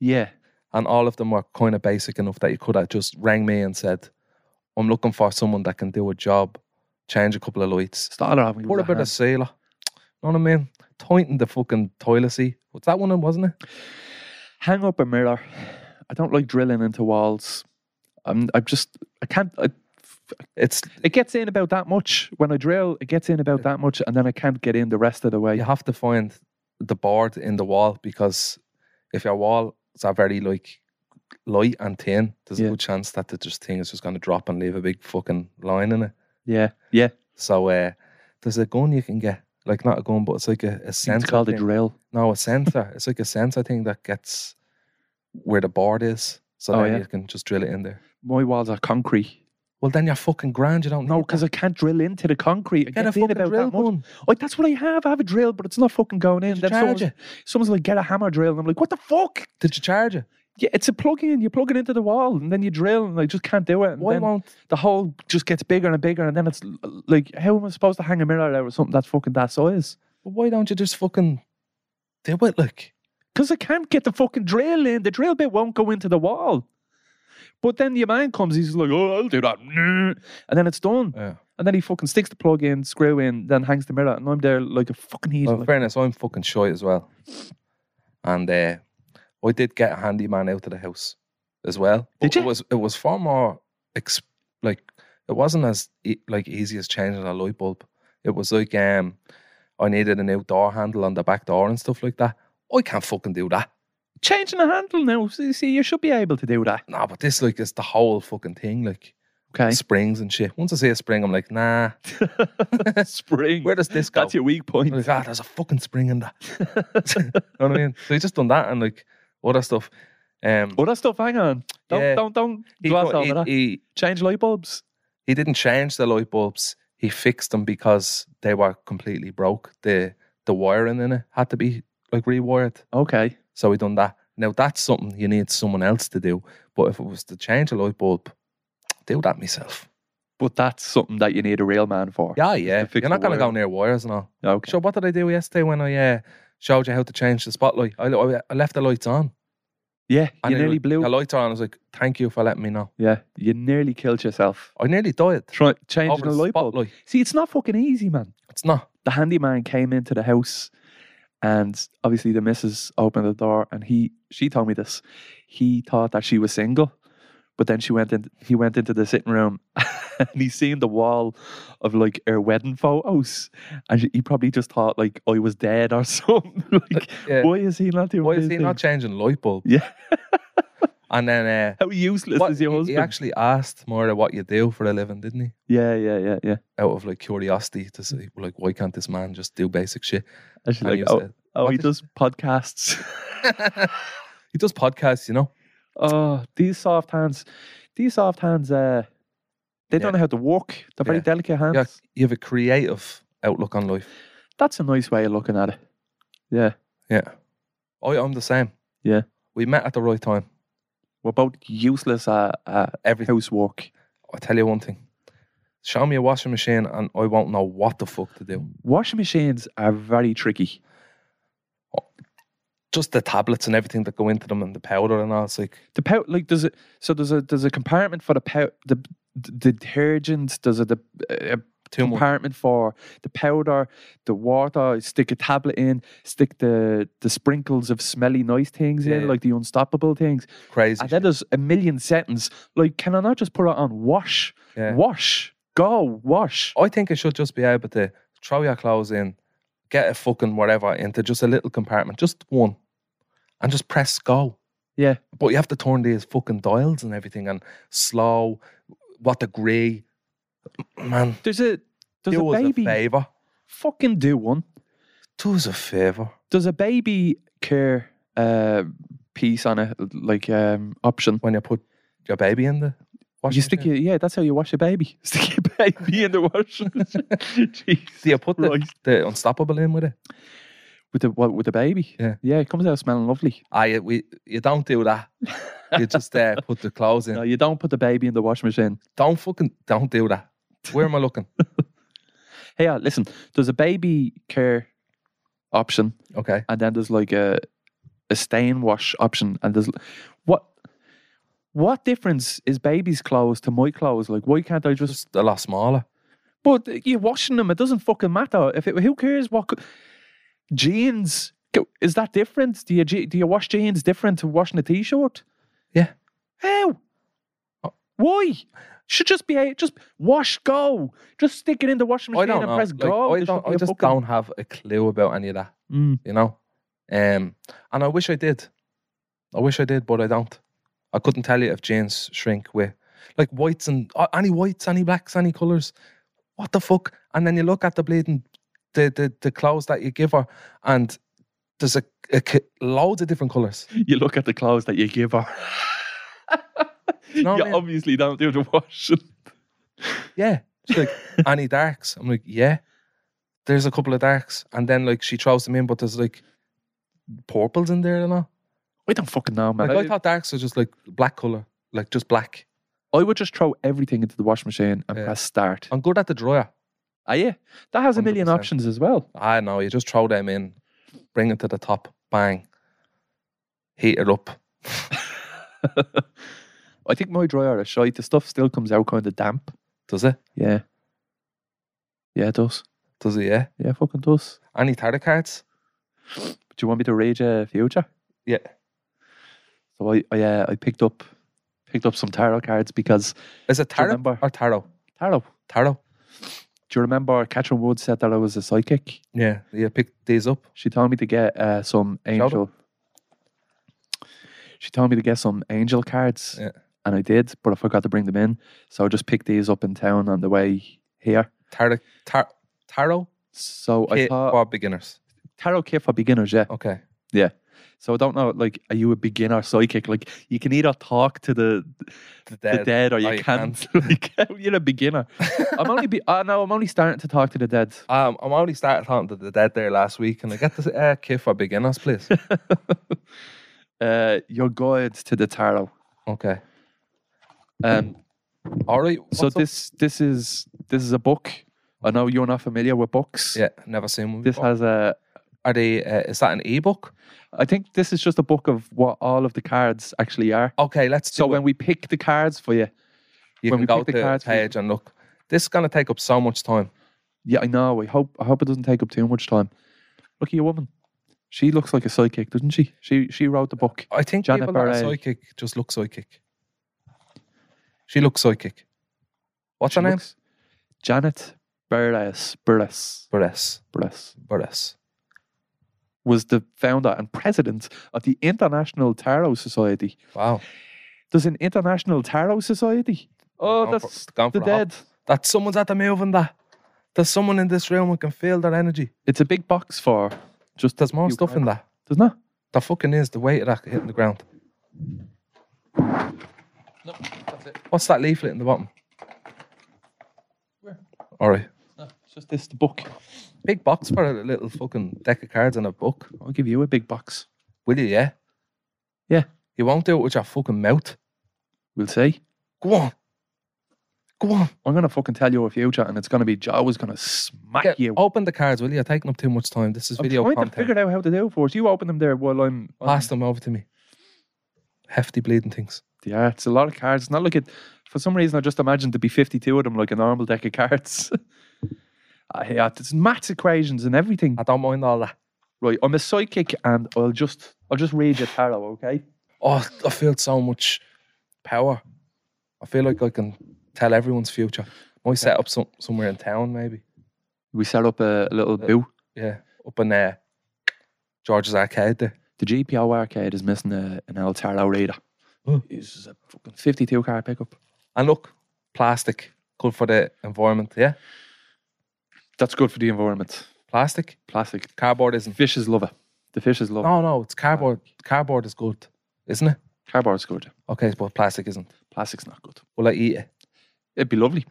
D: Yeah.
C: and all of them were kind of basic enough that you could have just rang me and said, I'm looking for someone that can do a job, change a couple of lights,
D: Started having
C: What
D: a
C: about a
D: hand.
C: sailor? Know what I mean? Tighten the fucking toilet seat. What's that one, wasn't it?
D: hang up a mirror. I don't like drilling into walls. I'm, I'm just, I can't, I,
C: It's
D: it gets in about that much. When I drill, it gets in about that much and then I can't get in the rest of the way.
C: you have to find the board in the wall because if your walls are very like light and thin, there's
D: Yeah.
C: a good chance that the just thing is just going to drop and leave a big fucking line in it.
D: Yeah. Yeah.
C: So uh, there's a gun you can get, like not a gun, but it's like a, a sensor.
D: It's called a
C: thing.
D: drill.
C: No, a sensor. it's like a sensor thing that gets where the board is, so
D: Oh,
C: then
D: yeah.
C: you can just drill it in there.
D: My walls are concrete.
C: Well, then you're fucking grand. You don't
D: No,
C: need that.
D: because I can't drill into the concrete.
C: Get
D: I
C: a
D: get in
C: fucking
D: about
C: drill
D: that much.
C: gun.
D: Like that's what I have. I have a drill, but it's not fucking going in.
C: Did you
D: Then
C: charge
D: someone's, someone's like, "Get a hammer drill," and I'm like, "What the fuck?"
C: Did you charge it?
D: Yeah, it's a plug-in. You plug it into the wall, and then you drill, and I just can't do it. And
C: Why
D: then
C: won't?
D: the hole just gets bigger and bigger, and then it's l- like, how am I supposed to hang a mirror out or something that's fucking that size?
C: Why don't you just fucking do it? Like
D: Because I can't get the fucking drill in. The drill bit won't go into the wall. But then your man comes, he's like, "Oh, I'll do that," and then it's done.
C: yeah.
D: And then he fucking sticks the plug in, screw in, then hangs the mirror, and I'm there like a fucking idiot.
C: Well,
D: like,
C: fairness, I'm fucking shy as well, and uh, I did get a handyman out of the house as well.
D: Did
C: But It
D: you?
C: was it was far more ex- like it wasn't as e- like easy as changing a light bulb. It was like um, I needed an outdoor handle on the back door and stuff like that. I can't fucking do that.
D: changing the handle now. See, see, you should be able to do that.
C: Nah, but this like is the whole fucking thing, like
D: Okay.
C: springs and shit. Once I see a spring, I'm like, nah.
D: Spring.
C: Where does this go?
D: That's your weak point.
C: Like, ah, there's a fucking spring in that. you know what I mean? So he just done that and like other stuff. Um,
D: Other stuff, hang on. Don't
C: Yeah.
D: don't don't
C: he,
D: gloss
C: got-
D: over that.
C: he, he,
D: Change light bulbs.
C: he didn't change the light bulbs. He fixed them because they were completely broke. The the wiring in it had to be like rewired.
D: Okay.
C: So we done that. Now that's something you need someone else to do. But if it was to change a light bulb, do that myself.
D: But that's something that you need a real man for.
C: Yeah, yeah.
D: fix
C: You're not
D: the
C: gonna go
D: wiring.
C: near wires and all.
D: Okay.
C: So what did I do yesterday when I uh, showed you how to change the spotlight? I, I I left the lights on.
D: Yeah. You
C: they were
D: nearly
C: like,
D: blew.
C: The lights are on. I was like, thank you for letting me know.
D: Yeah. You nearly killed yourself.
C: I nearly died.
D: Try changing
C: Over
D: a
C: the
D: light bulb.
C: spotlight.
D: See, it's not fucking easy, man.
C: It's not.
D: The handyman came into the house, and obviously the missus opened the door, and he she told me this. He thought that she was single. But then she went in. He went into the sitting room, and he seen the wall of like her wedding photos, and she, he probably just thought like I was dead or something. like,
C: yeah.
D: why is he not doing?
C: Why is
D: this
C: he
D: thing?
C: not changing light bulb?
D: Yeah.
C: and then
D: How useless
C: uh, what-
D: is your
C: he-
D: husband?
C: he actually asked Moira what you do for a living, didn't he?
D: yeah, yeah, yeah, yeah.
C: Out of like curiosity to see, like, why can't this man just do basic shit?
D: And she's
C: And
D: like,
C: you
D: oh,
C: said,
D: oh,
C: what
D: he
C: did-
D: does podcasts.
C: He does podcasts, you know.
D: oh, these soft hands, these soft hands. Uh, they
C: Yeah.
D: don't know how to walk. They're very
C: Yeah.
D: delicate hands.
C: Yeah, you have a creative outlook on life.
D: That's a nice way of looking at it. Yeah,
C: Yeah. Oh, yeah, I'm the same.
D: Yeah.
C: We met at the right time.
D: we're both useless at, at
C: Everything.
D: housework.
C: I'll tell you one thing. Show me a washing machine and I won't know what the fuck to do.
D: Washing machines are very tricky.
C: Just the tablets and everything that go into them and the powder and all. It's like,
D: The pow- like there's a so there's a there's a compartment for the pow- the, the detergent. There's a, the, uh, a
C: too much.
D: compartment for the powder, the water. Stick a tablet in. Stick the the sprinkles of smelly nice things in,
C: Yeah.
D: like the unstoppable things.
C: Crazy.
D: And then there's a million settings. Like, can I not just put it on wash,
C: Yeah.
D: wash, go, wash?
C: I think I should just be able to throw your clothes in, get a fucking whatever into just a little compartment, just one, and just press go.
D: Yeah.
C: But you have to turn these fucking dials and everything and slow, what degree. Man,
D: There's a there's
C: do
D: a
C: us
D: baby.
C: a favour.
D: fucking do one.
C: Do us a favour.
D: There's a baby care uh, piece on it, like um, option.
C: When you put your baby in the washing
D: You stick
C: machine.
D: your, yeah, that's how you wash a baby. Stick your baby in the wash. Jeez.
C: Do you put the,
D: Christ.
C: the unstoppable in with it?
D: with the what, with the baby.
C: Yeah.
D: yeah, it comes out smelling lovely.
C: I Ah, we you don't do that. You just uh, put the clothes in.
D: No, you don't put the baby in the washing machine.
C: Don't fucking don't do that. Where am I looking?
D: Hey, uh, listen, there's a baby care option,
C: Okay.
D: and then there's like a a stain wash option, and there's what what difference is baby's clothes to my clothes? Like, why can't I just?
C: A lot smaller.
D: But you're washing them; it doesn't fucking matter. If it, who cares what co- jeans go- is that different? Do you je- do you wash jeans different to washing a t-shirt?
C: Yeah.
D: How? Why? Should just be a just wash go. Just stick it in the washing machine
C: I don't
D: and
C: know.
D: press
C: Like,
D: go.
C: I
D: There
C: don't
D: should be
C: I
D: a
C: just
D: fucking-
C: don't have a clue about any of that,
D: Mm.
C: you know? Um and I wish I did. I wish I did, but I don't. I couldn't tell you if jeans shrink with like whites and uh, any whites, any blacks, any colours. What the fuck? And then you look at the bleeding the the, the clothes that you give her and there's a, a ki- loads of different colours.
D: you look at the clothes that you give her. you
C: know what I mean?
D: obviously don't do the washing.
C: yeah. She's like, any darks? I'm like, yeah. There's a couple of darks. And then like she throws them in, but there's like purples in there and all.
D: I don't fucking know, man.
C: Like I thought darks are just like black colour. Like just black.
D: I, I would just throw everything into the washing machine and
C: Yeah.
D: press start.
C: I'm good at the dryer.
D: Ah, yeah, that has a million
C: 100%.
D: options as well.
C: I know, you just throw them in, bring it to the top, bang. Heat it up.
D: I think my dryer is shite. The stuff still comes out kind of damp.
C: Does it?
D: Yeah, yeah, it does.
C: Does it, yeah?
D: Yeah, it fucking does.
C: Any tarot cards?
D: Do you want me to rage a future?
C: Yeah.
D: So I, I, uh, I picked up, picked up some tarot cards because
C: Is it tarot
D: remember?
C: or tarot?
D: tarot.
C: Tarot.
D: Do you remember Catherine Wood said that I was a psychic?
C: Yeah. You pick these up.
D: She told me to get uh, some
C: them.
D: angel. She told me to get some angel cards,
C: Yeah.
D: and I did, but I forgot to bring them in. So I just picked these up in town on the way here.
C: Tarot tar- tarot
D: So I
C: kit
D: thought
C: for beginners.
D: tarot kit for beginners, yeah,
C: Okay.
D: yeah. So I don't know, like, are you a beginner psychic? Like, you can either talk to the
C: The
D: the dead or you can't. Like, you're a beginner. I'm only be. Uh, no, I'm only starting to talk to the dead.
C: Um, I'm only started talking to the dead there last week, and I get this uh, kit for beginners, please.
D: Uh, your guide to the tarot.
C: okay.
D: Um,
C: All right.
D: so
C: what's up?
D: this this is this is a book. I know you're not familiar with books.
C: yeah, never seen one.
D: This
C: before.
D: has a.
C: Are they? Uh, is that an ebook?
D: I think this is just a book of what all of the cards actually are.
C: Okay, let's. Do
D: So
C: it.
D: when we pick the cards for you,
C: you
D: when
C: can
D: we
C: go
D: pick the
C: to the
D: cards, we-
C: page and look. This is gonna take up so much time.
D: yeah, I know. I hope I hope it doesn't take up too much time. Look at your woman. She looks like a psychic, doesn't she? She she wrote the book.
C: I think
D: Janet
C: people that are
D: Barret.
C: psychic just look psychic. She looks psychic. What's
D: She
C: her name?
D: looks- Janet Burles. Burles.
C: Barres.
D: Burles
C: Barres.
D: was the founder and president of the International Tarot Society.
C: Wow.
D: There's an International Tarot Society. Oh,
C: Gone for-
D: that's
C: gone
D: the
C: for a hop.
D: dead.
C: That someone's at the move and that. There's someone in this room who can feel their energy.
D: It's a big box for just
C: There's more
D: You
C: stuff in
D: can't-
C: that.
D: doesn't it?
C: There fucking is the weight of that hitting the ground. What's that leaflet in the bottom? All right.
D: It's just this the book.
C: Big box for a little fucking deck of cards and a book.
D: I'll give you a big box.
C: Will you, yeah?
D: Yeah.
C: You won't do it with your fucking mouth.
D: We'll see.
C: Go on. Go on.
D: I'm gonna fucking tell you a future, and it's gonna be Joe is gonna smack
C: Get-
D: you.
C: open the cards, will you? You're taking up too much time. This is
D: I'm
C: video
D: trying to
C: content.
D: figure out how to do it for us. You open them there while I'm. I'm-
C: Pass them over to me. Hefty bleeding things.
D: yeah, it's a lot of cards. It's not like it. For some reason, I just imagined to be 52 of them, like a normal deck of cards. I hate it. It's maths equations and everything.
C: I don't mind all that.
D: Right, I'm a psychic, and I'll just I'll just read your tarot, okay?
C: Oh, I feel so much power. I feel like I can tell everyone's future. Might set up some, somewhere in town, maybe.
D: We set up a, a little boo.
C: Yeah, up in uh, George's arcade there.
D: The GPO arcade is missing a, an El Tarot reader.
C: Huh.
D: This is a fucking 52 car pickup.
C: And look, plastic, good for the environment. Yeah,
D: That's good for the environment.
C: plastic,
D: Plastic.
C: cardboard isn't.
D: Fishes love it. The fishes love it.
C: No, no, it's cardboard. Cardboard is good, isn't it?
D: Cardboard's good.
C: Okay, but plastic isn't.
D: Plastic's not good.
C: Will I eat it?
D: It'd be lovely.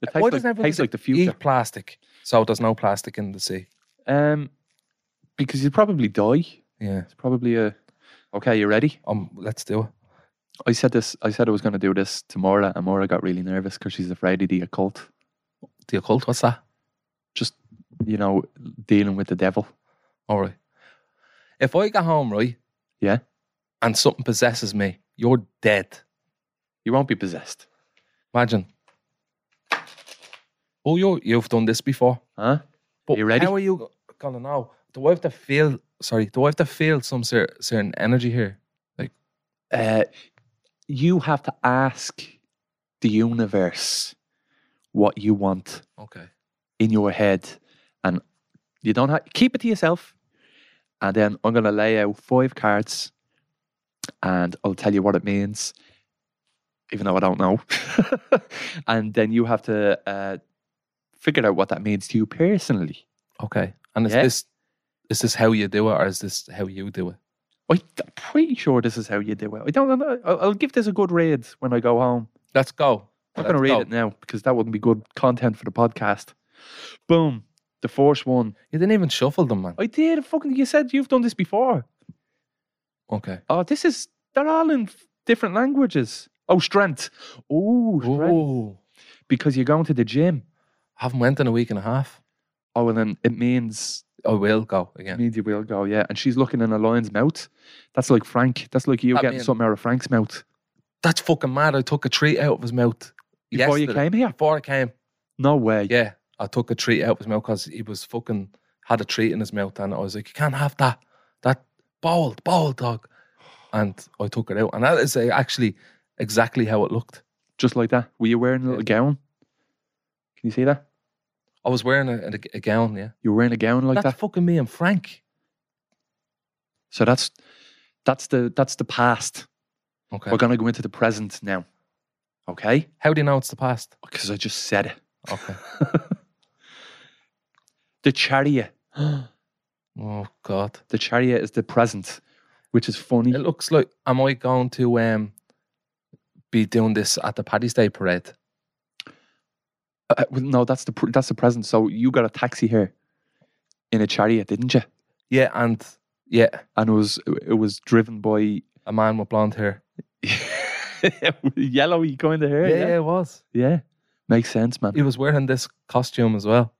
D: It
C: Why
D: tastes,
C: doesn't
D: like,
C: everyone
D: tastes like the
C: Eat
D: future.
C: plastic, so there's no plastic in the sea.
D: Um,
F: because you'd probably die.
C: Yeah.
F: It's probably a. Okay, you ready?
C: Um, let's do it.
F: I said this. I said I was going to do this to Maura, and Maura got really nervous because she's afraid of the occult.
C: The occult. What's that?
F: Just you know, dealing with the devil.
C: All right. If I get home right,
F: Yeah,
C: and something possesses me, you're dead.
F: you won't be possessed,
C: Imagine. Oh, you you've done this before.
F: huh?
C: But
F: You ready?
C: How are you gonna know? Do I have to feel? Sorry, do I have to feel some cer- certain energy here?
F: Uh, you have to ask the universe what you want
C: Okay.
F: in your head, and you don't have keep it to yourself. And then I'm going to lay out five cards, and I'll tell you what it means, even though I don't know. and then you have to uh, figure out what that means to you personally.
C: Okay. And is
F: Yeah.
C: this is this how you do it, or is this how you do it?
F: I- I'm pretty sure this is how you do it. I don't know. I'll, I'll give this a good read when I go home.
C: Let's go.
F: I'm not going to read it now because that wouldn't be good content for the podcast. Boom. The first one.
C: You didn't even shuffle them, man.
F: I did. Fucking, you said you've done this before.
C: Okay.
F: Oh, this is. They're all in f- different languages. Oh, strength. Oh, strength.
C: Ooh.
F: Because you're going to the gym.
C: Haven't went in a week and a half.
F: Oh, well, then it means
C: I will go
F: it
C: again.
F: means you will go, yeah. And she's looking in a lion's mouth. That's like Frank. That's like you
C: That
F: getting
C: mean-
F: something out of Frank's mouth
C: That's fucking mad. I took a treat out of his mouth.
F: before you
C: yesterday.
F: came here.
C: Before I came.
F: No way.
C: Yeah, I took a treat out of his mouth because he was fucking had a treat in his mouth, and I was like, "You can't have that, that bold, bold dog." And I took it out, and that is uh, actually exactly how it looked.
F: Just like that. Were you wearing a little gown? Can you see that?
C: I was wearing a, a- a gown, yeah.
F: You were wearing a gown like
C: That's
F: that.
C: fucking me and Frank.
F: So that's that's the that's the past.
C: Okay.
F: We're gonna go into the present now. Okay?
C: how do you know it's the past?
F: Because Oh, I just said it.
C: Okay.
F: The chariot.
C: oh God,
F: The chariot is the present, which is funny.
C: it looks like am I going to um be doing this at the Paddy's Day parade?
F: Uh, well, no, that's the pr- that's the present. So you got a taxi here in a chariot, didn't you?
C: Yeah, and yeah,
F: And it was it was driven by
C: a man with blonde hair.
F: yellowy kind of hair.
C: yeah, it was.
F: yeah. Yeah. Makes sense, man.
C: He was wearing this costume as well.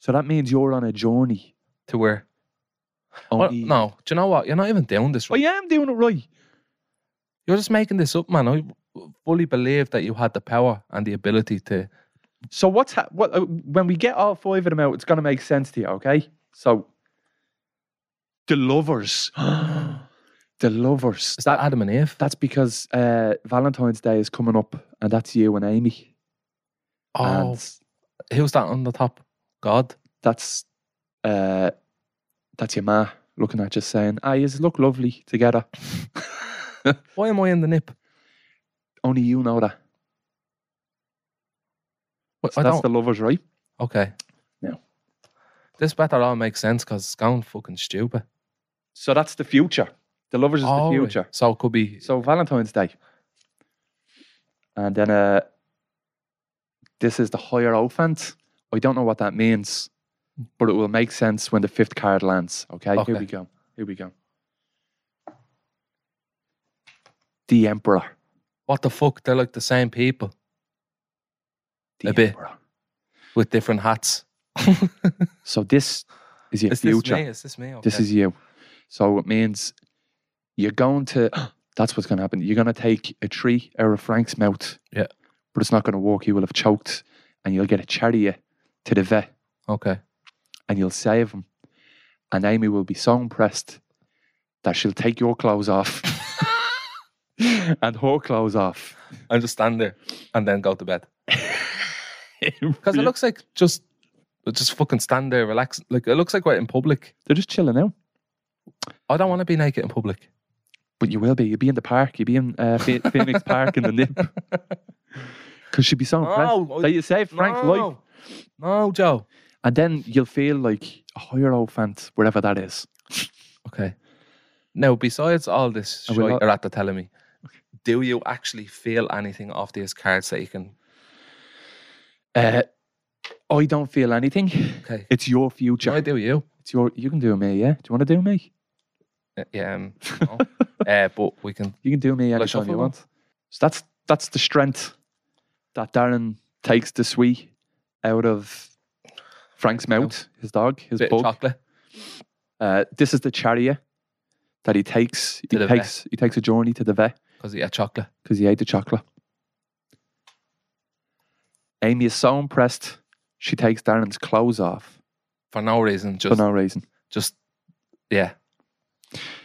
F: So that means you're on a journey.
C: to where well,
F: only-
C: no do you know what you're not even doing this right
F: I am doing it right.
C: you're just making this up man i fully believe that you had the power and the ability to
F: So what's ha- what uh, when we get all five of them out, it's gonna make sense to you, okay? So the lovers, the lovers.
C: is that adam and eve
F: That's because uh, Valentine's Day is coming up, and that's you and Amy.
C: oh
F: and
C: who's that on the top god
F: that's uh, that's your ma looking at you saying, "Ah, you look lovely together."
C: why am i in the nip
F: Only you know that.
C: Wait,
F: So
C: I
F: that's
C: don't,
F: the lovers, right?
C: okay
F: No.
C: this better all makes sense because it's going fucking stupid
F: So that's the future. The lovers is
C: Oh,
F: the
C: right.
F: future.
C: so it could be
F: So Valentine's Day. And then uh this is the Hierophant. I don't know what that means, but it will make sense when the fifth card lands. Okay, here
C: Okay.
F: we go. Here we go. The Emperor.
C: what the fuck they're like the same people
F: The
C: A bit.
F: Emperor.
C: with different hats
F: So this is your
C: is this
F: future.
C: me is this me okay.
F: This is you. So it means you're going to. That's what's going to happen. You're going to take a tree out of Frank's mouth.
C: Yeah.
F: But it's not going to walk. You will have choked, and you'll get a chariot to the vet,
C: okay
F: and you'll save him. And Amy will be so impressed that she'll take your clothes off and her clothes off.
C: and just stand there and then go to bed Because it looks like just just fucking stand there, relax. Like it looks like we're in public.
F: they're just chilling out.
C: I don't want to be naked in public.
F: But you will be. You'll be in the park. You'll be in uh, Phe- Phoenix Park in the nip. Because she'd be so impressed
C: No, I-
F: that you saved Frank's life.
C: No, Joe.
F: And then you'll feel like "Oh, a hierophant, wherever that is.
C: Okay. Now, besides all this
F: I
C: shit
F: will not-
C: you're at the telling me, do you actually feel anything off these cards that you can?
F: Uh, I don't feel anything.
C: Okay.
F: It's your future.
C: I do you.
F: it's your, you can do me, yeah? Do you want to do me?
C: Uh, yeah, um, no. uh, but we can.
F: You can do me
C: Like
F: anytime
C: shuffle
F: you want. So that's that's the strength that Darren takes this week out of Frank's mouth, his dog, his
C: Bit of
F: bug.
C: chocolate.
F: Uh, this is the chariot that he takes.
C: To
F: he
C: the vet.
F: takes he takes a journey to the vet
C: Because he had chocolate.
F: because he ate the chocolate. Amy is so impressed. She takes Darren's clothes off
C: For no reason. Just,
F: for no reason.
C: just, yeah.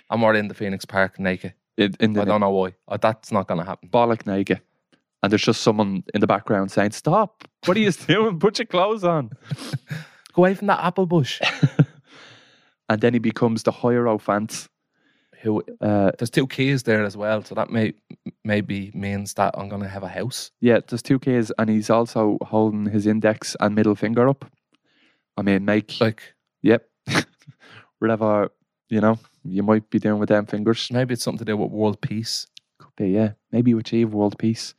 C: I'm already in the Phoenix Park naked.
F: In, in the
C: I don't know why. Uh, that's not going to happen.
F: bollock naked. And there's just someone in the background saying, Stop, what are you doing? Put your clothes on.
C: Go away from that apple bush.
F: And then he becomes the hierophant.
C: Who?
F: Uh,
C: There's two keys there as well, so that may maybe means that I'm gonna have a house.
F: yeah, there's two Ks, and he's also holding his index and middle finger up. I mean, make,
C: Like
F: yep, whatever, you know, you might be doing with them fingers.
C: maybe it's something to do with world peace.
F: Could be, yeah. Maybe you achieve world peace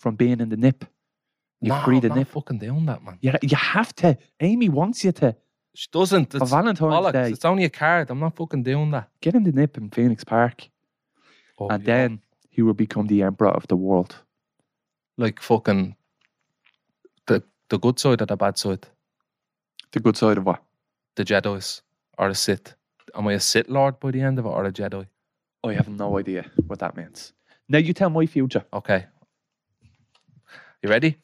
F: from being in the nip. You
C: No,
F: free the
C: I'm not
F: nip.
C: fucking doing that, man.
F: You, you have to. Amy wants you to.
C: She doesn't.
F: On
C: It's
F: Valentine's
C: bollocks.
F: Day.
C: It's only a card. I'm not fucking doing that.
F: Get in the nip in Phoenix Park.
C: Oh,
F: and
C: yeah.
F: then he will become the emperor of the world.
C: like fucking the the good side or the bad side,
F: The good side of what?
C: the Jedi's or the Sith. Am I a Sith Lord by the end of it or a Jedi?
F: I have no idea what that means. Now you tell my future.
C: Okay. You ready?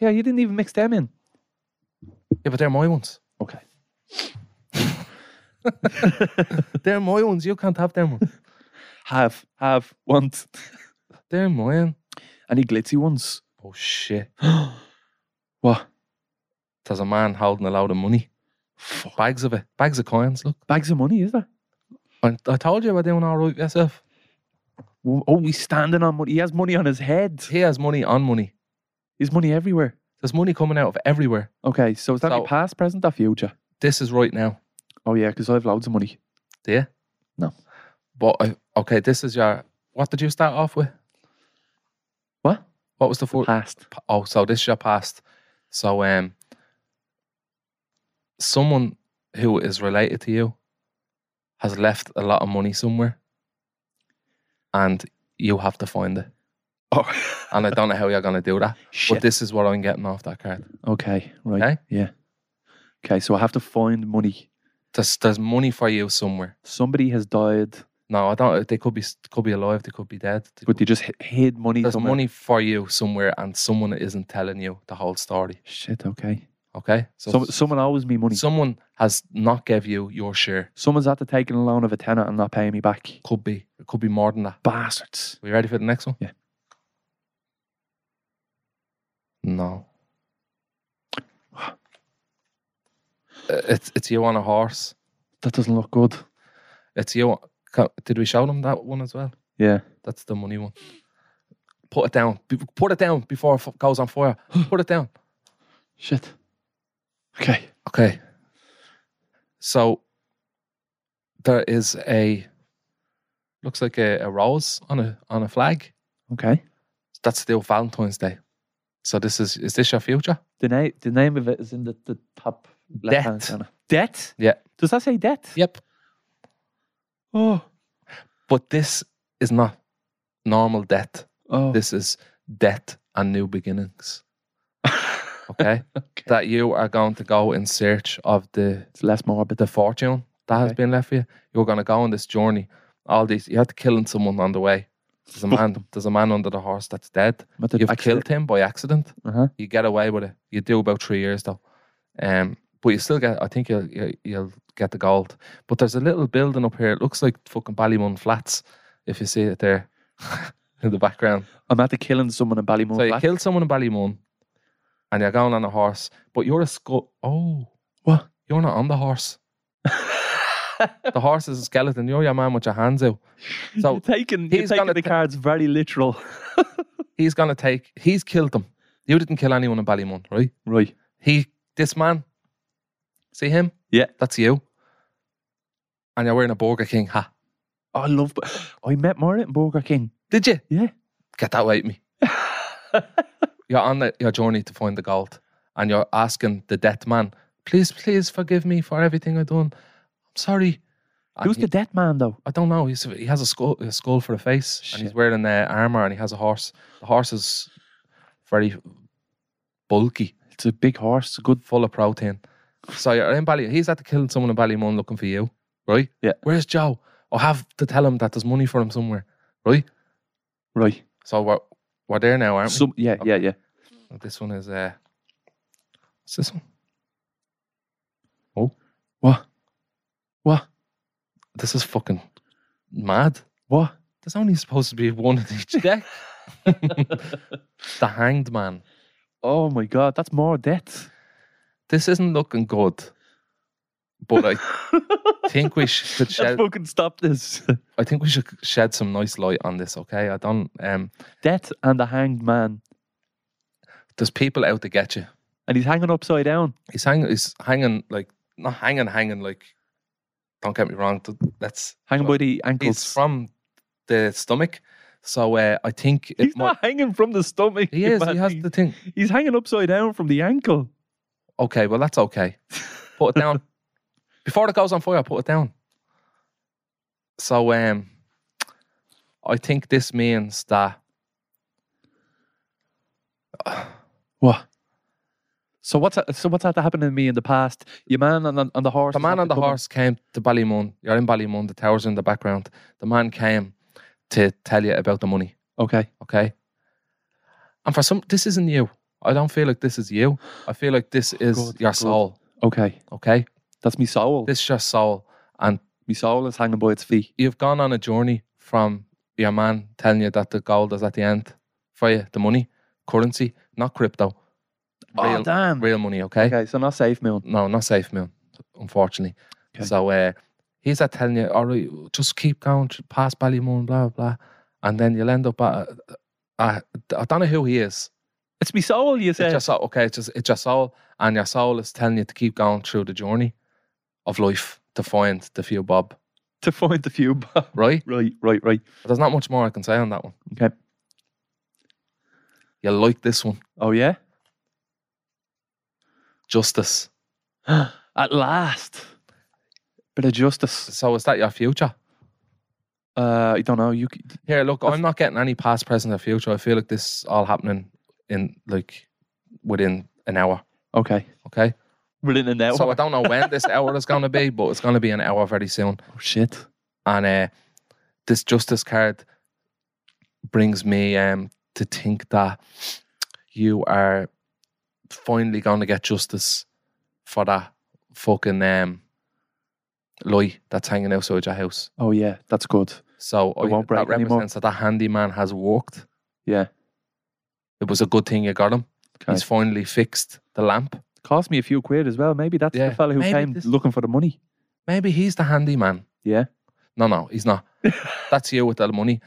F: Yeah, you didn't even mix them in.
C: Yeah, but they're my ones.
F: Okay.
C: They're my ones. You can't have them ones.
F: Have, have, want.
C: They're mine.
F: Any glitzy ones?
C: Oh shit.
F: What?
C: There's a man holding a load of money. Bags of it. Bags of coins. Look.
F: Bags of money, is there?
C: I, I told you about doing all right yourself.
F: Wo- Oh, he's standing on money. He has money on his head.
C: He has money on money.
F: He's money everywhere.
C: There's money coming out of everywhere.
F: Okay, so is that my
C: So-
F: past, present, or future?
C: This is right now.
F: Oh, yeah, because I have loads of money.
C: Do you?
F: No.
C: But I, okay, this is your. What did you start off with?
F: What?
C: What was the fourth?
F: Past.
C: p- oh, so this is your past. So um, someone who is related to you has left a lot of money somewhere, and you have to find it.
F: Oh,
C: And I don't know how you're gonna do that. But
F: shit.
C: this is what I'm getting off that card.
F: okay, right.
C: Okay?
F: Yeah. Okay, so I have to find money.
C: There's there's money for you somewhere.
F: Somebody has died,
C: No, I don't. They could be s- could be alive. They could be dead. they
F: but
C: could-
F: they just h- hid money.
C: there's
F: somewhere.
C: money for you somewhere, and someone isn't telling you the whole story.
F: Shit, okay.
C: Okay, so
F: Some,
C: s-
F: someone owes me money.
C: someone has not gave you your share.
F: Someone's had to take a loan of a tenner and not pay me back.
C: Could be it could be more than that.
F: Bastards.
C: Are you ready for the next one?
F: Yeah.
C: No. Uh, It's it's you on a horse.
F: That doesn't look good.
C: It's you. on- ca- Did we show them that one as well?
F: Yeah.
C: That's the money one. Put it down. Be- Put it down before it f- goes on fire. Put it down.
F: Shit. Okay.
C: Okay. So there is a looks like a, a rose on a on a flag.
F: Okay.
C: That's still Valentine's Day. So this is is this your future?
F: The, na- the name of it is in the, the top left-hand
C: Debt.
F: corner. Debt?
C: Yeah.
F: Does that say debt?
C: Yep.
F: Oh.
C: But this is not normal debt.
F: Oh.
C: This is debt and new beginnings. Okay? That you are going to go in search of the
F: it's less morbid.
C: the fortune that has
F: Okay.
C: been left for you. You're going to go on this journey. All these, you had to kill someone on the way. There's a
F: Fuck
C: man. There's a man under the horse that's dead.
F: But the
C: You've
F: accident-
C: killed him by accident.
F: Uh-huh.
C: You get away with it. You do about three years though, um, but you still get. I think you'll you'll, you'll get the gold. But there's a little building up here. It looks like fucking Ballymun Flats. If you see it there in the background.
F: I'm after killing someone in Ballymoon.
C: So you
F: Black.
C: killed someone in Ballymun, and you're going on a horse, but you're a skull. Oh,
F: What?
C: You're not on the horse. the horse is a skeleton. You're your man with your hands out.
F: You're
C: So
F: taking, you're
C: he's
F: taking
C: gonna
F: the
C: ta-
F: cards very literal.
C: he's gonna take. He's killed them. You didn't kill anyone in Ballymun, right?
F: right.
C: He, this man, see him?
F: Yeah.
C: that's you. And you're wearing a Burger King hat.
F: Oh, I love... I met Martin Burger King.
C: Did you?
F: Yeah.
C: Get that away from me. you're on the, your journey to find the gold, and you're asking the dead man, "Please, please forgive me for everything I've done. Sorry. And
D: Who's
C: he-
D: the dead man though?
C: I don't know. He's, he has a skull, a skull for a face, and he's
D: Shit.
C: wearing uh, armor, and he has a horse. The horse is very bulky,
D: It's a big horse. Good.
C: full of protein. So you're in Bally. He's at the killing someone in Ballymun looking for you, right?
D: Yeah.
C: Where's Joe? I have to tell him that there's money for him somewhere, right?
D: Right.
C: So we're we're there now, aren't we?
D: Some, yeah, yeah, yeah.
C: This one is uh, what's this one?
D: Oh. What? What?
C: This is fucking mad.
D: What?
C: There's only supposed to be one in each deck. the Hanged Man.
D: Oh my god, that's more death.
C: This isn't looking good, but I think we sh- should
D: Let's
C: shed.
D: fucking stop this.
C: I think we should shed some nice light on this. Okay, I don't. Um,
D: death and the hanged man.
C: there's people out to get you.
D: And he's hanging upside down.
C: He's hanging. He's hanging like not hanging, hanging like. Don't get me wrong. th- That's
D: Hanging by the
C: he's
D: ankles.
C: from the stomach, so uh, I think it
D: He's not hanging from the stomach.
C: He is.
D: man.
C: He has the thing.
D: He's hanging upside down from the ankle.
C: Okay, well that's okay. Put it down. Before it goes on fire, put it down. So um I think this means that
D: What? So what's so what's had to happen to me in the past? Your man on, on, on the horse.
C: the
D: is
C: man
D: not
C: on the
D: becoming-
C: horse came to Ballymun. You're in Ballymun, the tower's in the background. The man came to tell you about the money.
D: Okay.
C: Okay. And for some this isn't you. I don't feel like this is you. I feel like this is
D: Good,
C: your
D: good.
C: soul.
D: Okay.
C: Okay?
D: That's me soul.
C: This is your soul. And
D: me soul is hanging by its feet.
C: you've gone on a journey from your man telling you that the gold is at the end for you, the money, currency, not crypto,
D: oh
C: Real-
D: damn.
C: real money, okay?
D: Okay, so not safe, Mill.
C: No, not safe, man, unfortunately.
D: Okay.
C: So uh, he's at telling you, all right, just keep going t- past Ballymoon, blah, blah, and then you'll end up at, uh, I don't know who he is.
D: It's me soul. You
C: It's
D: said.
C: your soul, okay, it's, just, it's your soul, and your soul is telling you to keep going through the journey of life to find the few bob,
D: to find the few. bob.
C: right?
D: right, right, right.
C: There's not much more I can say on that one.
D: Okay.
C: You like this one.
D: Oh yeah.
C: justice.
D: At last. Bit of justice.
C: So is that your future?
D: Uh, I don't know. You c-
C: Here, look, I'm not getting any past, present, or future. I feel like this all happening in like within an hour.
D: okay?
C: Okay,
D: Within an hour.
C: so I don't know when this hour is going to be, but it's going to be an hour very soon.
D: oh shit.
C: And uh, this justice card brings me um, to think that you are finally going to get justice for that fucking um, lie that's hanging outside your house.
D: Oh yeah, that's good.
C: So I,
D: won't break
C: that
D: anymore.
C: represents that the handyman has worked.
D: Yeah.
C: It was a good thing you got him.
D: Okay.
C: He's finally fixed the lamp.
D: Cost me a few quid as well. Maybe that's
C: Yeah.
D: the fella who
C: Maybe
D: came
C: this-
D: looking for the money.
C: Maybe he's the handyman.
D: Yeah.
C: No, no, he's not. That's you with the money.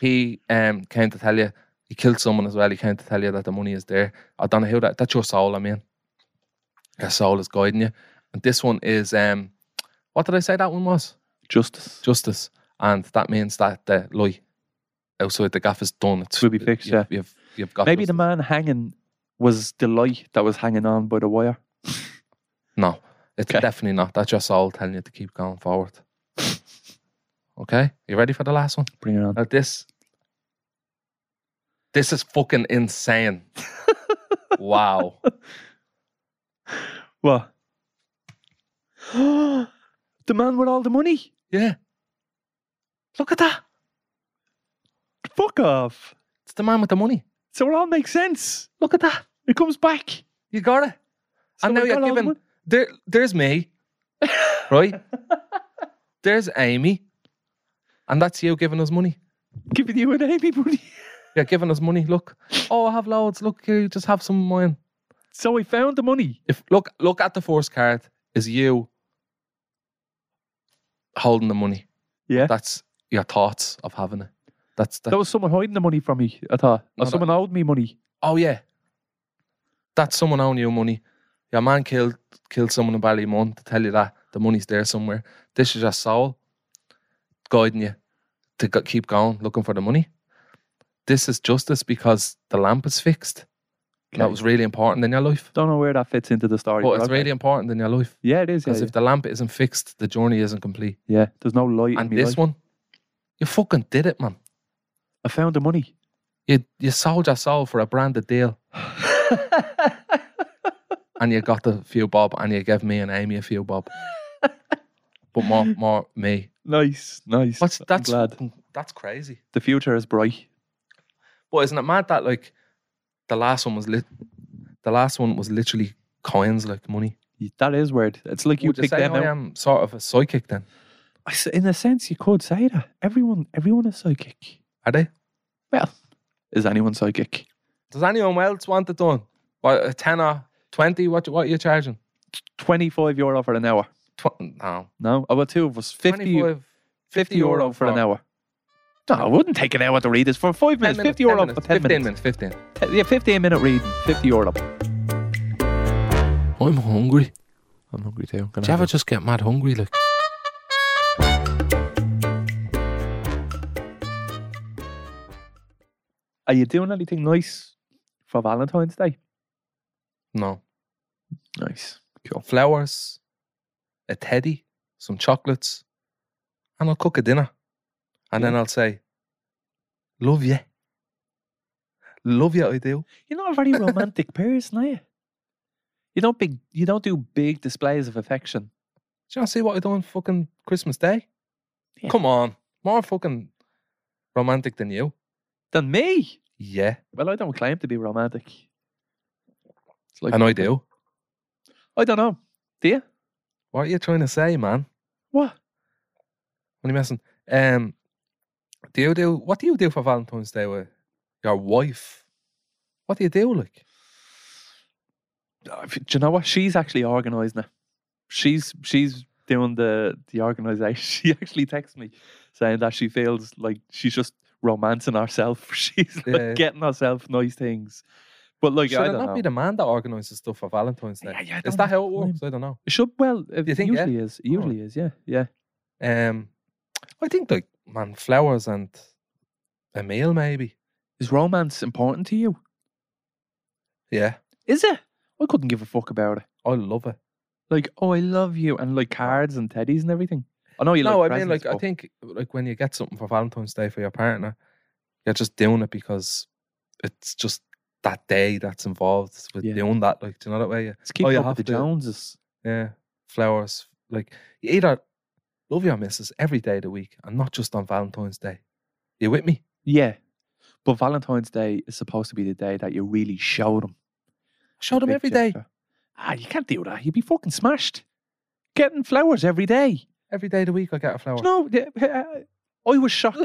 C: He um, came to tell you he killed someone as well. He came to tell you that the money is there. I don't know who that. That's your soul. I mean, your soul is guiding you. And this one is um, what did I say that one was?
D: Justice.
C: Justice, and that means that the lie outside the gaff is done. It's
D: Will be fixed,
C: you've-
D: yeah.
C: you've you've got
D: Maybe
C: justice.
D: the man hanging was the light that was hanging on by the wire.
C: No, it's
D: Okay.
C: definitely not. That's your soul telling you to keep going forward. okay, you ready for the last one?
D: Bring it on.
C: Now this, this is fucking insane. wow,
D: What? the man with all the money.
C: yeah. Look at that.
D: Fuck off.
C: It's the man with the money.
D: So it all makes sense.
C: Look at that.
D: It comes back.
C: You got it.
D: So
C: and now
D: I
C: you're
D: got all the
C: giving.
D: money.
C: There, there's me, right? there's Amy, and that's you giving us money.
D: giving you an Amy money.
C: You're giving us money. Look, oh, I have loads. Look, here, you just have some of mine.
D: So I found the money.
C: if look look at the first card is you holding the money.
D: Yeah.
C: That's your thoughts of having it. That's that.
D: There was someone hiding the money from me. I thought,
C: No,
D: or
C: that-
D: someone owed me money.
C: oh yeah. That's someone owing you money. Your man killed killed someone in Ballymun to tell you that the money's there somewhere. This is your soul guiding you to go, keep going looking for the money. This is justice because the lamp is fixed. That was really important in your life.
D: Don't know where that fits into the story.
C: But
D: but
C: it's
D: okay.
C: really important in your life
D: Yeah, it is. Yeah,
C: because
D: yeah.
C: if the lamp isn't fixed, the journey isn't complete.
D: yeah, there's no light.
C: And
D: in me
C: this
D: life.
C: one, you fucking did it, man.
D: I found the money.
C: You you sold your soul for a branded deal, and you got the few bob, and you gave me and Amy a few bob. but more, more me.
D: nice, nice.
C: What's
D: I'm
C: that's
D: glad.
C: fucking- that's crazy.
D: The future is bright.
C: But isn't it mad that like the last one was lit? The last one was literally coins, like money.
D: That is weird. It's like you
C: Would you
D: pick
C: say
D: them
C: I
D: out.
C: am sort of a psychic then?
D: I s- In a sense, you could say that everyone, everyone is psychic.
C: Are they?
D: Well, is anyone psychic?
C: Does anyone else want it done? What a ten or twenty? What what are you charging?
D: Twenty-five euro for an hour.
C: Tw- no,
D: No, about two of us. 50, 50,
C: 25
D: euro for an hour. No, I wouldn't take an hour to read. It's for five
C: 10
D: minutes. Fifty euro for
C: 15
D: ten minutes.
C: minutes. Fifteen.
D: Te- Yeah, fifteen minute reading. Fifty euro.
C: I'm hungry.
D: I'm hungry too. I'm gonna
C: Do you ever just get mad hungry? Like
D: Are you doing anything nice for Valentine's Day?
C: no
D: Nice.
C: flowers, a teddy, some chocolates, and I'll cook a dinner, and then I'll say, "Love you, love you, I do."
D: You're not a very romantic person, are you? You don't big. You don't do big displays of affection.
C: Do you not see what I do on fucking Christmas Day?
D: Yeah.
C: Come on, more fucking romantic than you.
D: Than me.
C: Yeah,
D: Well, I don't claim to be romantic. It's like
C: and I do.
D: I don't know. Do you?
C: What are you trying to say, man?
D: What?
C: What are you messing? Um, do you do what do you do for Valentine's Day with your wife? What do you do like?
D: Uh, Do you know what? She's actually organising it. She's she's doing the the organisation. She actually texts me saying that she feels like she's just romancing herself. She's like
C: Yeah.
D: getting herself nice things. But like
C: Should
D: I
C: it
D: don't
C: not
D: know.
C: be the man that organises stuff for Valentine's Day?
D: Yeah, yeah, I
C: Is
D: don't
C: that how
D: know.
C: it works? I don't know.
D: It should well. It
C: You think, yeah? Oh.
D: usually is. It
C: Alright.
D: usually is. Yeah, yeah.
C: Um, I think like man, flowers and a meal maybe.
D: Is romance important to you?
C: Yeah,
D: Is it? I couldn't give a fuck about it.
C: I love it.
D: Like, oh, I love you, and like cards and teddies and everything. I know you.
C: no,
D: like
C: I mean
D: presents,
C: like I
D: but-
C: think like when you get something for Valentine's Day for your partner, you're just doing it because it's just that day that's involved with
D: Yeah.
C: doing that. Like, do you know that way? Yeah.
D: it's keeping
C: oh, you
D: up with
C: have to-
D: the Joneses.
C: yeah, flowers. Like you either love your missus every day of the week and not just on Valentine's Day. You with me?
D: Yeah. But Valentine's Day is supposed to be the day that you really show them.
C: Show them
D: big
C: every day.
D: gesture. Ah, you can't do that. You'd be fucking smashed. Getting flowers every day.
C: Every day of the week, I get a flower.
D: No, I was shocked.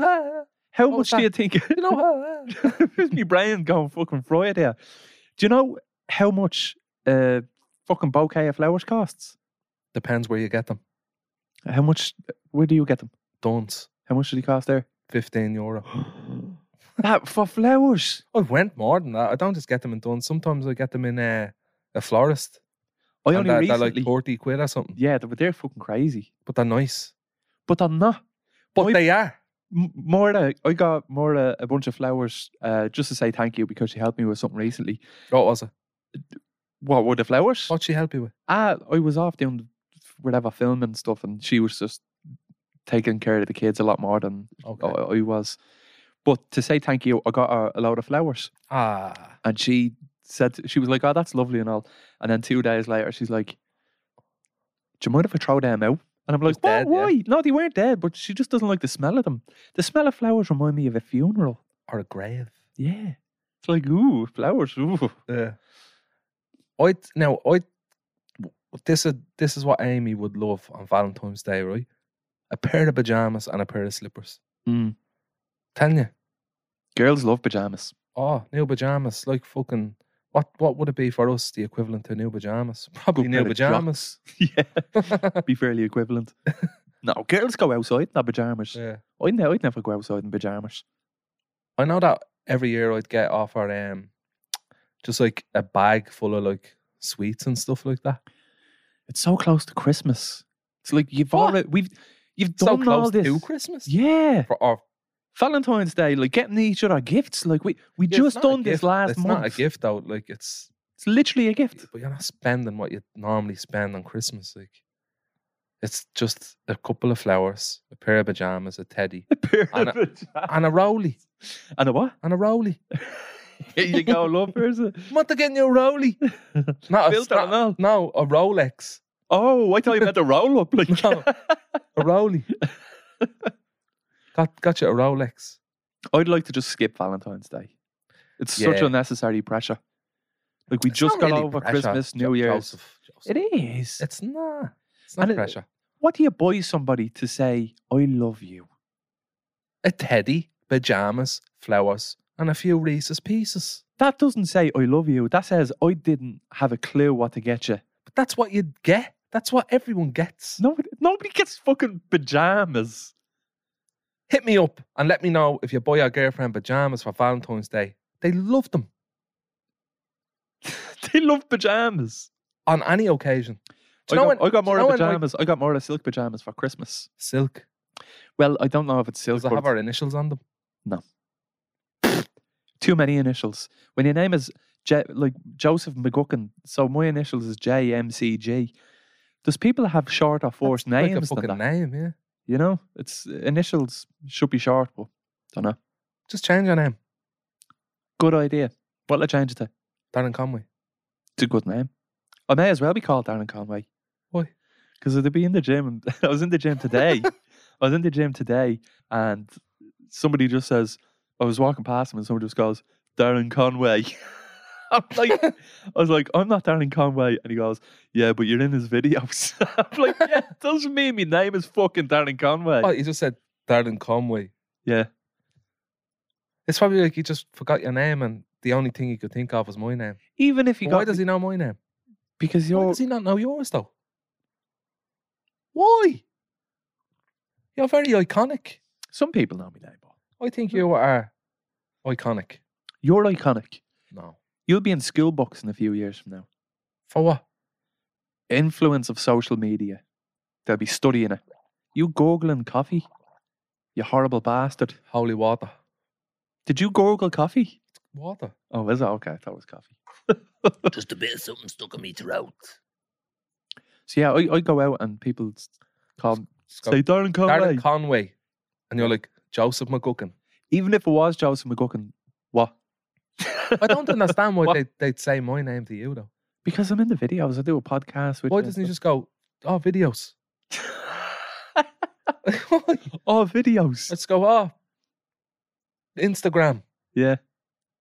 D: How
C: was
D: much do
C: that?
D: you think?
C: You know, uh,
D: Here's my brain going fucking fried here. Do you know how much uh, fucking bouquet of flowers costs?
C: depends where you get them.
D: How much? Where do you get them?
C: Don't.
D: How much do they cost there?
C: 15 euro.
D: that for flowers.
C: I went more than that. I don't just get them in Dunnes. Sometimes I get them in uh, a florist.
D: I
C: and
D: only
C: they're, they're
D: recently.
C: like 40 quid or something.
D: yeah, but they're fucking crazy.
C: But they're nice.
D: But they're not.
C: But
D: I-
C: they are.
D: M- Maura, I got Maura a bunch of flowers uh, just to say thank you because she helped me with something recently.
C: What was it?
D: What were the flowers?
C: What'd she help you with?
D: Ah, I was off doing whatever film and stuff, and she was just taking care of the kids a lot more than
C: Okay.
D: I, I was. But to say thank you, I got her a load of flowers,
C: Ah.
D: and she said she was like, "Oh, that's lovely and all." And then two days later, she's like, "Do you mind if I throw them out?" And I'm like,
C: Just
D: "What?
C: dead, yeah.
D: Why? No, they weren't dead, but she just doesn't like the smell of them. The smell of flowers remind me of a funeral."
C: Or a grave.
D: Yeah. It's like, ooh, flowers. Ooh.
C: Yeah. I now I this is this is what Amy would love on Valentine's Day, right? A pair of pajamas and a pair of slippers.
D: Mm.
C: Telling you,
D: Girls love pajamas.
C: oh, new pajamas, like fucking. What what would it be for us? The equivalent to new pajamas, probably new
D: pair of
C: pajamas.
D: yeah. Be fairly equivalent. no, girls go outside in their pajamas.
C: yeah,
D: I'd, ne- I'd never go outside in pajamas.
C: I know that every year I'd get off our um, just like a bag full of like sweets and stuff like that.
D: It's so close to Christmas. It's like you've
C: What?
D: already we've you've
C: So
D: done all
C: close
D: this.
C: to Christmas,
D: Yeah.
C: For, or
D: Valentine's Day, like getting each other gifts. Like we
C: Yeah,
D: we
C: it's
D: just
C: not a
D: done this
C: gift.
D: last
C: it's
D: month.
C: not a gift though. Like it's,
D: It's literally a gift.
C: but you're not spending what you normally spend on Christmas. Like it's just a couple of flowers, a pair of pajamas, a teddy, And and a rolly,
D: And a what?
C: and a rolly.
D: Here you go, love person.
C: I'm not getting you a rolly. Not a,
D: Built on
C: not- no, a Rolex,
D: Oh, I thought you meant the roll up. Like,
C: No. a rolly. got got you a Rolex.
D: I'd like to just skip Valentine's Day. It's such
C: Yeah.
D: unnecessary pressure. Like we
C: It's
D: just
C: not
D: got
C: really
D: over
C: pressure,
D: Christmas,
C: Jo-
D: New Year's.
C: Joseph, Joseph.
D: It is.
C: It's not. It's not
D: And it-
C: pressure.
D: What do you buy somebody to say, "I love you"?
C: A teddy, pajamas, flowers, and a few Reese's pieces.
D: That doesn't say "I love you." That says I didn't have a clue what to get you.
C: But that's what you get. That's what everyone gets.
D: Nobody, nobody gets fucking pajamas.
C: Hit me up and let me know if you buy your girlfriend pajamas for Valentine's Day. They love them
D: they love pajamas.
C: on any occasion. Do you
D: I
C: know
D: got,
C: when-
D: I got
C: do you
D: more
C: know when, like,
D: pajamas. I got more of silk pajamas for Christmas.
C: Silk.
D: Well, I don't know if it's silk.
C: Does it
D: but
C: have
D: it's-
C: our initials on them?
D: too many initials. When your name is J, like Joseph McGuckin, so my initials is JMCG. Does people have short or forced
C: Like
D: names?
C: a
D: than
C: fucking
D: that?
C: name, yeah.
D: You know, it's initials should be short, but don't know.
C: Just change your name.
D: Good idea. What'll I change it to?
C: Darren Conway.
D: It's a good name. I may as well be called Darren Conway.
C: Why?
D: Because I'd be in the gym. And I was in the gym today. I was in the gym today, and somebody just says, I was walking past him, and someone just goes, Darren Conway. I'm like, I was like, I'm not Darren Conway. And he goes, Yeah, but you're in his videos. I'm like, Yeah, it doesn't mean my name is fucking Darren Conway.
C: Oh, you just said Darren Conway.
D: yeah.
C: It's probably like you just forgot your name and the only thing you could think of was my name.
D: Even if you
C: But
D: got
C: Why does he know my name?
D: because
C: Why
D: you're
C: does he not know yours though? Why? You're very iconic.
D: some people know my name, but
C: I think you are iconic.
D: you're iconic.
C: No.
D: You'll be in school books in a few years from now.
C: For what?
D: influence of social media. They'll be studying it. You googling coffee? You horrible bastard.
C: Holy water.
D: Did you google coffee?
C: Water.
D: Oh, is it? Okay, I thought it was coffee.
E: Just a bit of something stuck in me throat.
D: So yeah, I, I go out and people s- call
C: It's got
D: say Darren Conway.
C: Darren Conway. And you're like, Joseph McGuckin.
D: Even if it was Joseph McGuckin, what?
C: I don't understand why
D: What?
C: they, they'd say my name to you though.
D: Because I'm in the videos. I do a podcast. With
C: Why doesn't he just go, oh, videos?
D: oh videos?
C: Let's go, oh, Instagram,
D: Yeah,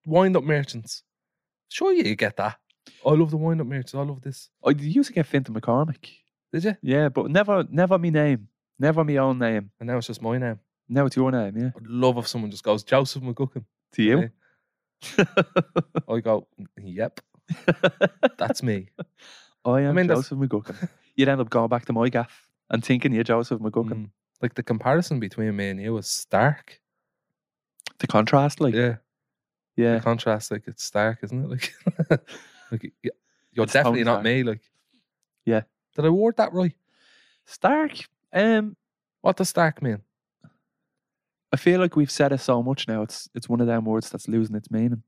C: wind up merchants. Sure, you get that. I love the wind up merchants. I love this.
D: I used to get Fintan McCormick.
C: Did you?
D: Yeah, but never, never me name, never me own name.
C: And now it's just my name.
D: Now it's your name. Yeah,
C: I'd love if someone just goes, Joseph McGuckin.
D: to you.
C: I go, yep, that's me.
D: I am
C: mean, that's-
D: Joseph McGuckin. You'd end up going back to my gaff and thinking you're Joseph McGuckin.
C: Mm. Like the comparison between me and you is stark.
D: The contrast, like, yeah,
C: Yeah. the contrast, like it's stark, isn't it? Like, like y- y- you're
D: It's
C: definitely
D: totally
C: not
D: stark.
C: me. Like,
D: Yeah.
C: did I word that right?
D: Stark. Um,
C: What does stark mean?
D: I feel like we've said it so much now. It's it's one of them words that's losing its meaning.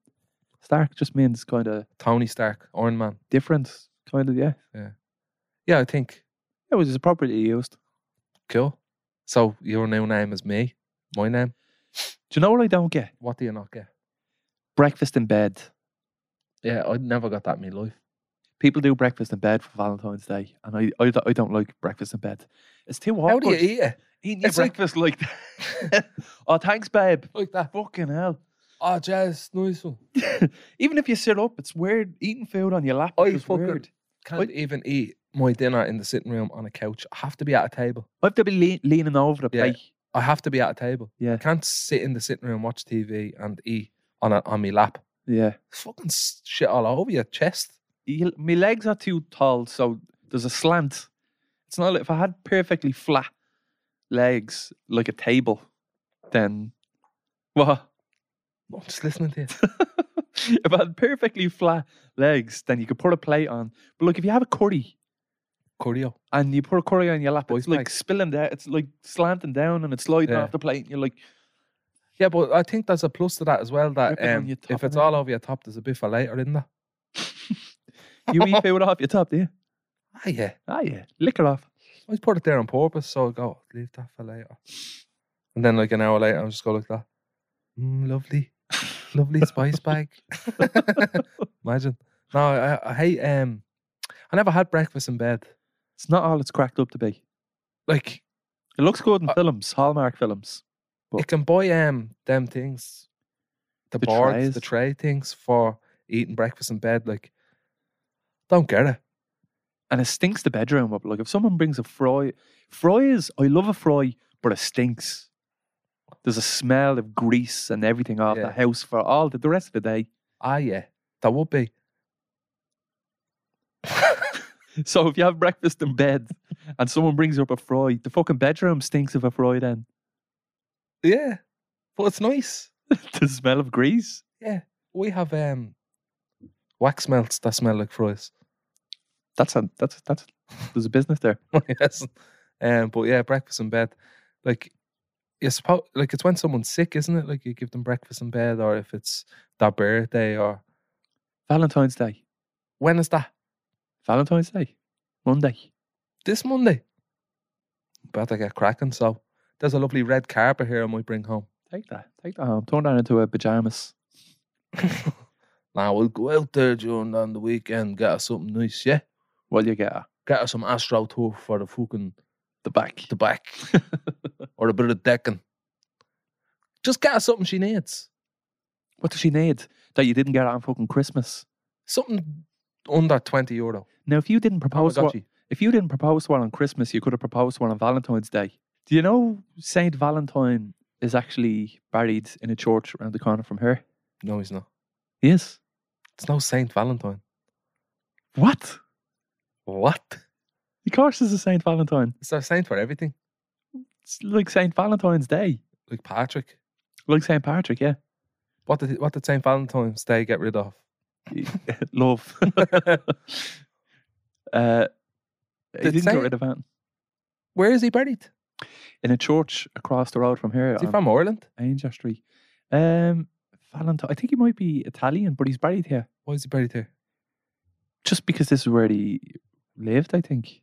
D: Stark just means kind of
C: Tony Stark, Iron Man.
D: different, kind of yeah.
C: Yeah, I think
D: It was appropriately used.
C: cool. So your new name is me. My name.
D: Do you know what I don't get?
C: What do you not get?
D: Breakfast in bed.
C: Yeah, I never got that in my life.
D: People do breakfast in bed for Valentine's Day, and I I, don't- I don't like breakfast in bed. It's too
C: How
D: awkward.
C: do you eat it?
D: eating your
C: It's like-
D: breakfast like that? oh, thanks, babe.
C: Like that?
D: Fucking hell.
C: Oh, jazz, nice one.
D: Even if you sit up, it's weird. Eating food on your lap
C: I
D: is
C: fucking-
D: weird.
C: Can't even eat my dinner in the sitting room on a couch. I have to be at a table.
D: I have to be lean, leaning over the
C: Yeah.
D: plate.
C: I have to be at a table.
D: Yeah.
C: I can't sit in the sitting room, watch TV, and eat on a, on my lap.
D: Yeah.
C: Fucking s- shit all over your chest.
D: You- My legs are too tall, so there's a slant. It's not like if I had perfectly flat legs like a table, then what?
C: I'm just listening to you.
D: if I had perfectly flat legs, then you could put a plate on. But like if you have a curry
C: Curio.
D: and you put a curry on your lap,
C: Boys
D: it's like
C: plate.
D: spilling down, it's like slanting down and it's sliding
C: Yeah.
D: off the plate, and you're like,
C: Yeah, but I think there's a plus to that as well. That
F: Rip it on
C: um,
F: your top
C: if it's
F: and
C: all over your top, there's a bit for later, isn't there?
F: You eat food off your top, do you?
C: Ah, yeah.
F: Ah, yeah. Lick it off.
C: I just put it there on purpose, so I go leave that for later. And then like an hour later, I just go like that. Mm, lovely, lovely spice bag. Imagine. No, I, I hate. Um, I never had breakfast in bed.
F: It's not all it's cracked up to be.
C: Like
F: It looks good in
C: Uh,
F: films, Hallmark films. But-
C: it can buy um them things, the,
F: The
C: boards,
F: trays.
C: the tray things for eating breakfast in bed. Like, don't get it.
F: And it stinks the bedroom up. Like if someone brings a fry, fries, I love a fry, but it stinks. There's a smell of grease and everything off
C: Yeah.
F: the house for all the, the rest of the day.
C: Ah, yeah, that would be.
F: So if you have breakfast in bed and someone brings up a fry, the fucking bedroom stinks of a fry then.
C: Yeah, but it's nice.
F: the smell of grease.
C: We have um wax melts that smell like fries.
F: That's a that's that's there's a business there.
C: yes. Um, but yeah, breakfast in bed, like you suppose, like it's when someone's sick, isn't it? Like you give them breakfast in bed, or if it's their birthday, or
F: Valentine's Day.
C: when is that?
F: Valentine's Day. Monday.
C: This Monday. Better get cracking. So there's a lovely red carpet here. I might bring home.
F: Take that. Take that home. Turn that into a pajamas.
C: Now we'll go out there during on the weekend, get us something nice, yeah.
F: Well, you get at
C: Get us some astro tour for the fucking
F: the back.
C: the back or a bit of decking. Just get her something she needs.
F: What does she need that you didn't get on fucking Christmas?
C: Something under 20 euro.
F: Now, if you didn't propose
C: got
F: one,
C: you.
F: if you didn't propose one on Christmas, you could have proposed one on Valentine's Day. Do you know Saint Valentine is actually buried in a church around the corner from her?
C: No, he's not.
F: He is.
C: It's no Saint Valentine.
F: What?
C: What?
F: Of course, there's a Saint Valentine.
C: Is there a saint for everything?
F: It's like Saint Valentine's Day,
C: Like Patrick.
F: like Saint Patrick. Yeah,
C: What did what did Saint Valentine's Day get rid of?
F: love. uh, he
C: Did
F: didn't get
C: Saint-
F: rid of that.
C: Where is he buried?
F: In a church across the road from here. um,
C: Is he
F: on-
C: from Ireland?
F: Angel Street. Um, Valentine. I think he might be Italian, but he's buried here
C: Why is he buried here?
F: just because this is where he lived. I think.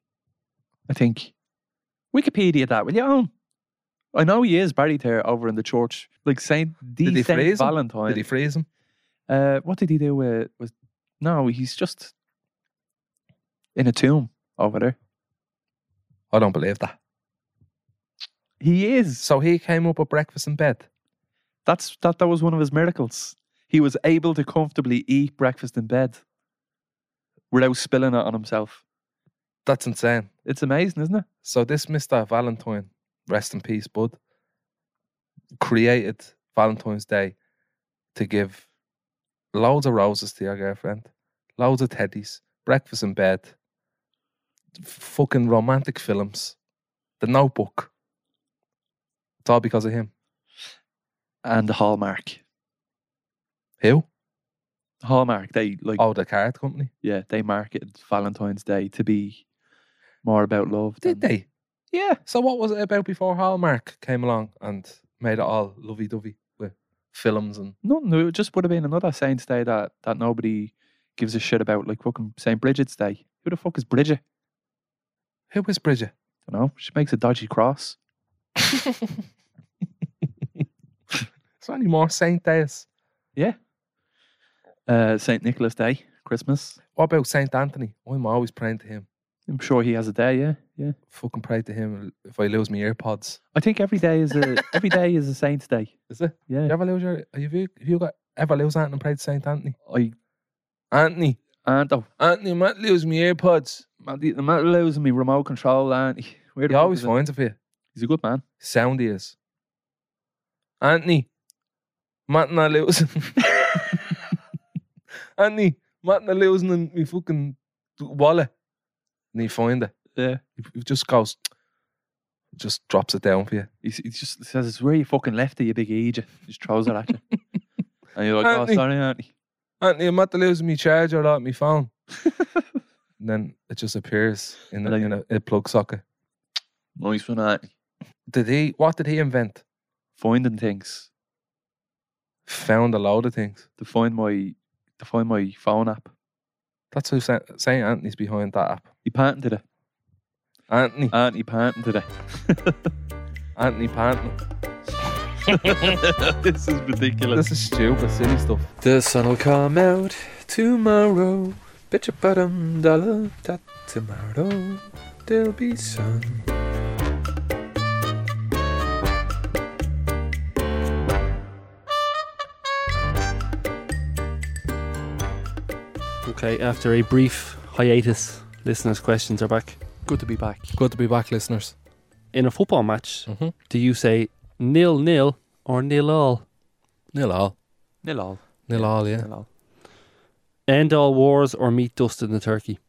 F: I think. Wikipedia that will you own? I know he is buried here over in the church, like Saint the
C: Did he
F: Saint
C: freeze him?
F: Valentine.
C: Did he freeze him?
F: uh, what did he do with? Was no, he's just in a tomb over there.
C: I don't believe that.
F: He is.
C: So he came up with breakfast in bed.
F: That's that. That was one of his miracles. He was able to comfortably eat breakfast in bed without spilling it on himself.
C: That's insane.
F: It's amazing, isn't it?
C: So this Mr. Valentine, rest in peace, bud, created Valentine's Day to give loads of roses to your girlfriend, loads of teddies, breakfast in bed, f- fucking romantic films, The Notebook. It's all because of him.
F: And Hallmark.
C: Who?
F: Hallmark, they like
C: Oh, the card company.
F: yeah, they marketed Valentine's Day to be more about love.
C: Did
F: than-
C: they?
F: Yeah.
C: So what was it about before Hallmark came along and made it all lovey-dovey with films and
F: No, no, it just would have been another Saint's Day that, that nobody gives a shit about, like fucking Saint Bridget's Day. Who the fuck is Bridget?
C: who was Bridget?
F: You know, she makes a dodgy cross.
C: Is there any more Saint Days?
F: Uh Saint Nicholas Day, Christmas.
C: What about Saint Anthony? I'm always praying to him.
F: I'm sure he has a day, yeah. Yeah.
C: Fucking pray to him if I lose my earpods.
F: I think every day is a every day is a Saint's Day.
C: Is it? You
F: Yeah.
C: ever lose your? Have you, have you got ever lose Anthony and prayed to Saint Anthony?
F: I
C: Anthony,
F: and oh
C: Anthony, I might lose my earpods.
F: man, the amount of losing me remote control, aren't he? Where
C: He
F: the fuck
C: always
F: is it?
C: finds it for you.
F: He's a good man.
C: Sound he is. Anthony, Matt and I losing. Anthony, Matt and I losing in my fucking wallet. And he find it.
F: Yeah.
C: He- He just goes, just drops it down for you.
F: He's, he just says, "It's where you fucking left it, you big idiot." Just throws it at you, and you're like, "Oh,
C: Aren't they-
F: sorry, auntie."
C: Anthony, I'm about to lose my charger out my phone. and then it just appears in, the,
F: Like-
C: in a, a plug socket.
F: Nice one, auntie.
C: Did he? What did he invent?
F: Finding things.
C: found a load of things.
D: to find my to find my phone app.
C: That's who Sa- Saint Anthony's behind that app.
D: He patented it.
C: Anthony,
D: Auntie patented it.
C: Anthony Pantney.
D: this is ridiculous.
C: This is stupid, silly stuff.
D: The sun will come out tomorrow. Bitch about um dollar that tomorrow there'll be sun.
E: Okay, after a brief hiatus, listeners' questions are back.
D: Good to be back.
C: Good to be back, listeners.
E: In a football match,
C: Mm-hmm.
E: do you say nil nil or nil all?
C: Nil all.
D: Nil all.
C: Nil all, yeah.
D: Nil all.
E: End all wars or meat dust in the turkey?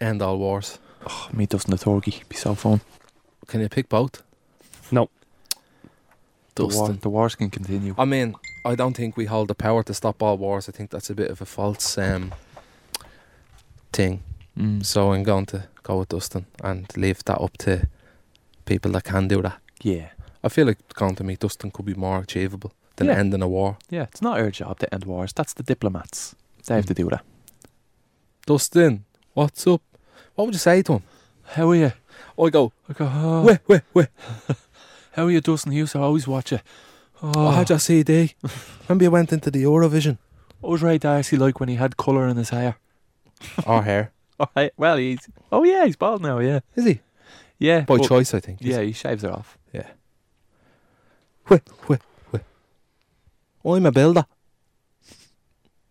C: End all wars.
D: Oh, me dusting the turkey. Be so fun.
C: Can you pick both?
E: No.
D: The, war,
C: Dustin.
D: the wars can continue.
C: I mean, I don't think we hold the power to stop all wars. I think that's a bit of a false um, thing.
D: Mm.
C: So I'm going to go with Dustin and leave that up to people that can do that.
D: Yeah.
C: I feel like going to meet Dustin could be more achievable than
D: Yeah.
C: ending a war.
D: Yeah, it's not our job to end wars. That's the diplomats. They have to do that.
C: Dustin, what's up? What would you say to him?
D: How are you?
C: I go,
D: I go, oh,
C: wait, wait, wait.
D: how are you, Dustin Hughes? I always watch you. Oh,
C: I had your CD. Remember you went into the Eurovision?
D: I was right actually like when he had colour in his hair.
C: Or hair.
D: All right. Well, he's. Oh, yeah, he's bald now, yeah.
C: Is he?
D: Yeah.
C: By
D: but-
C: choice, I think.
D: Yeah, he shaves it off.
C: Wait, wait, wait. I'm a builder.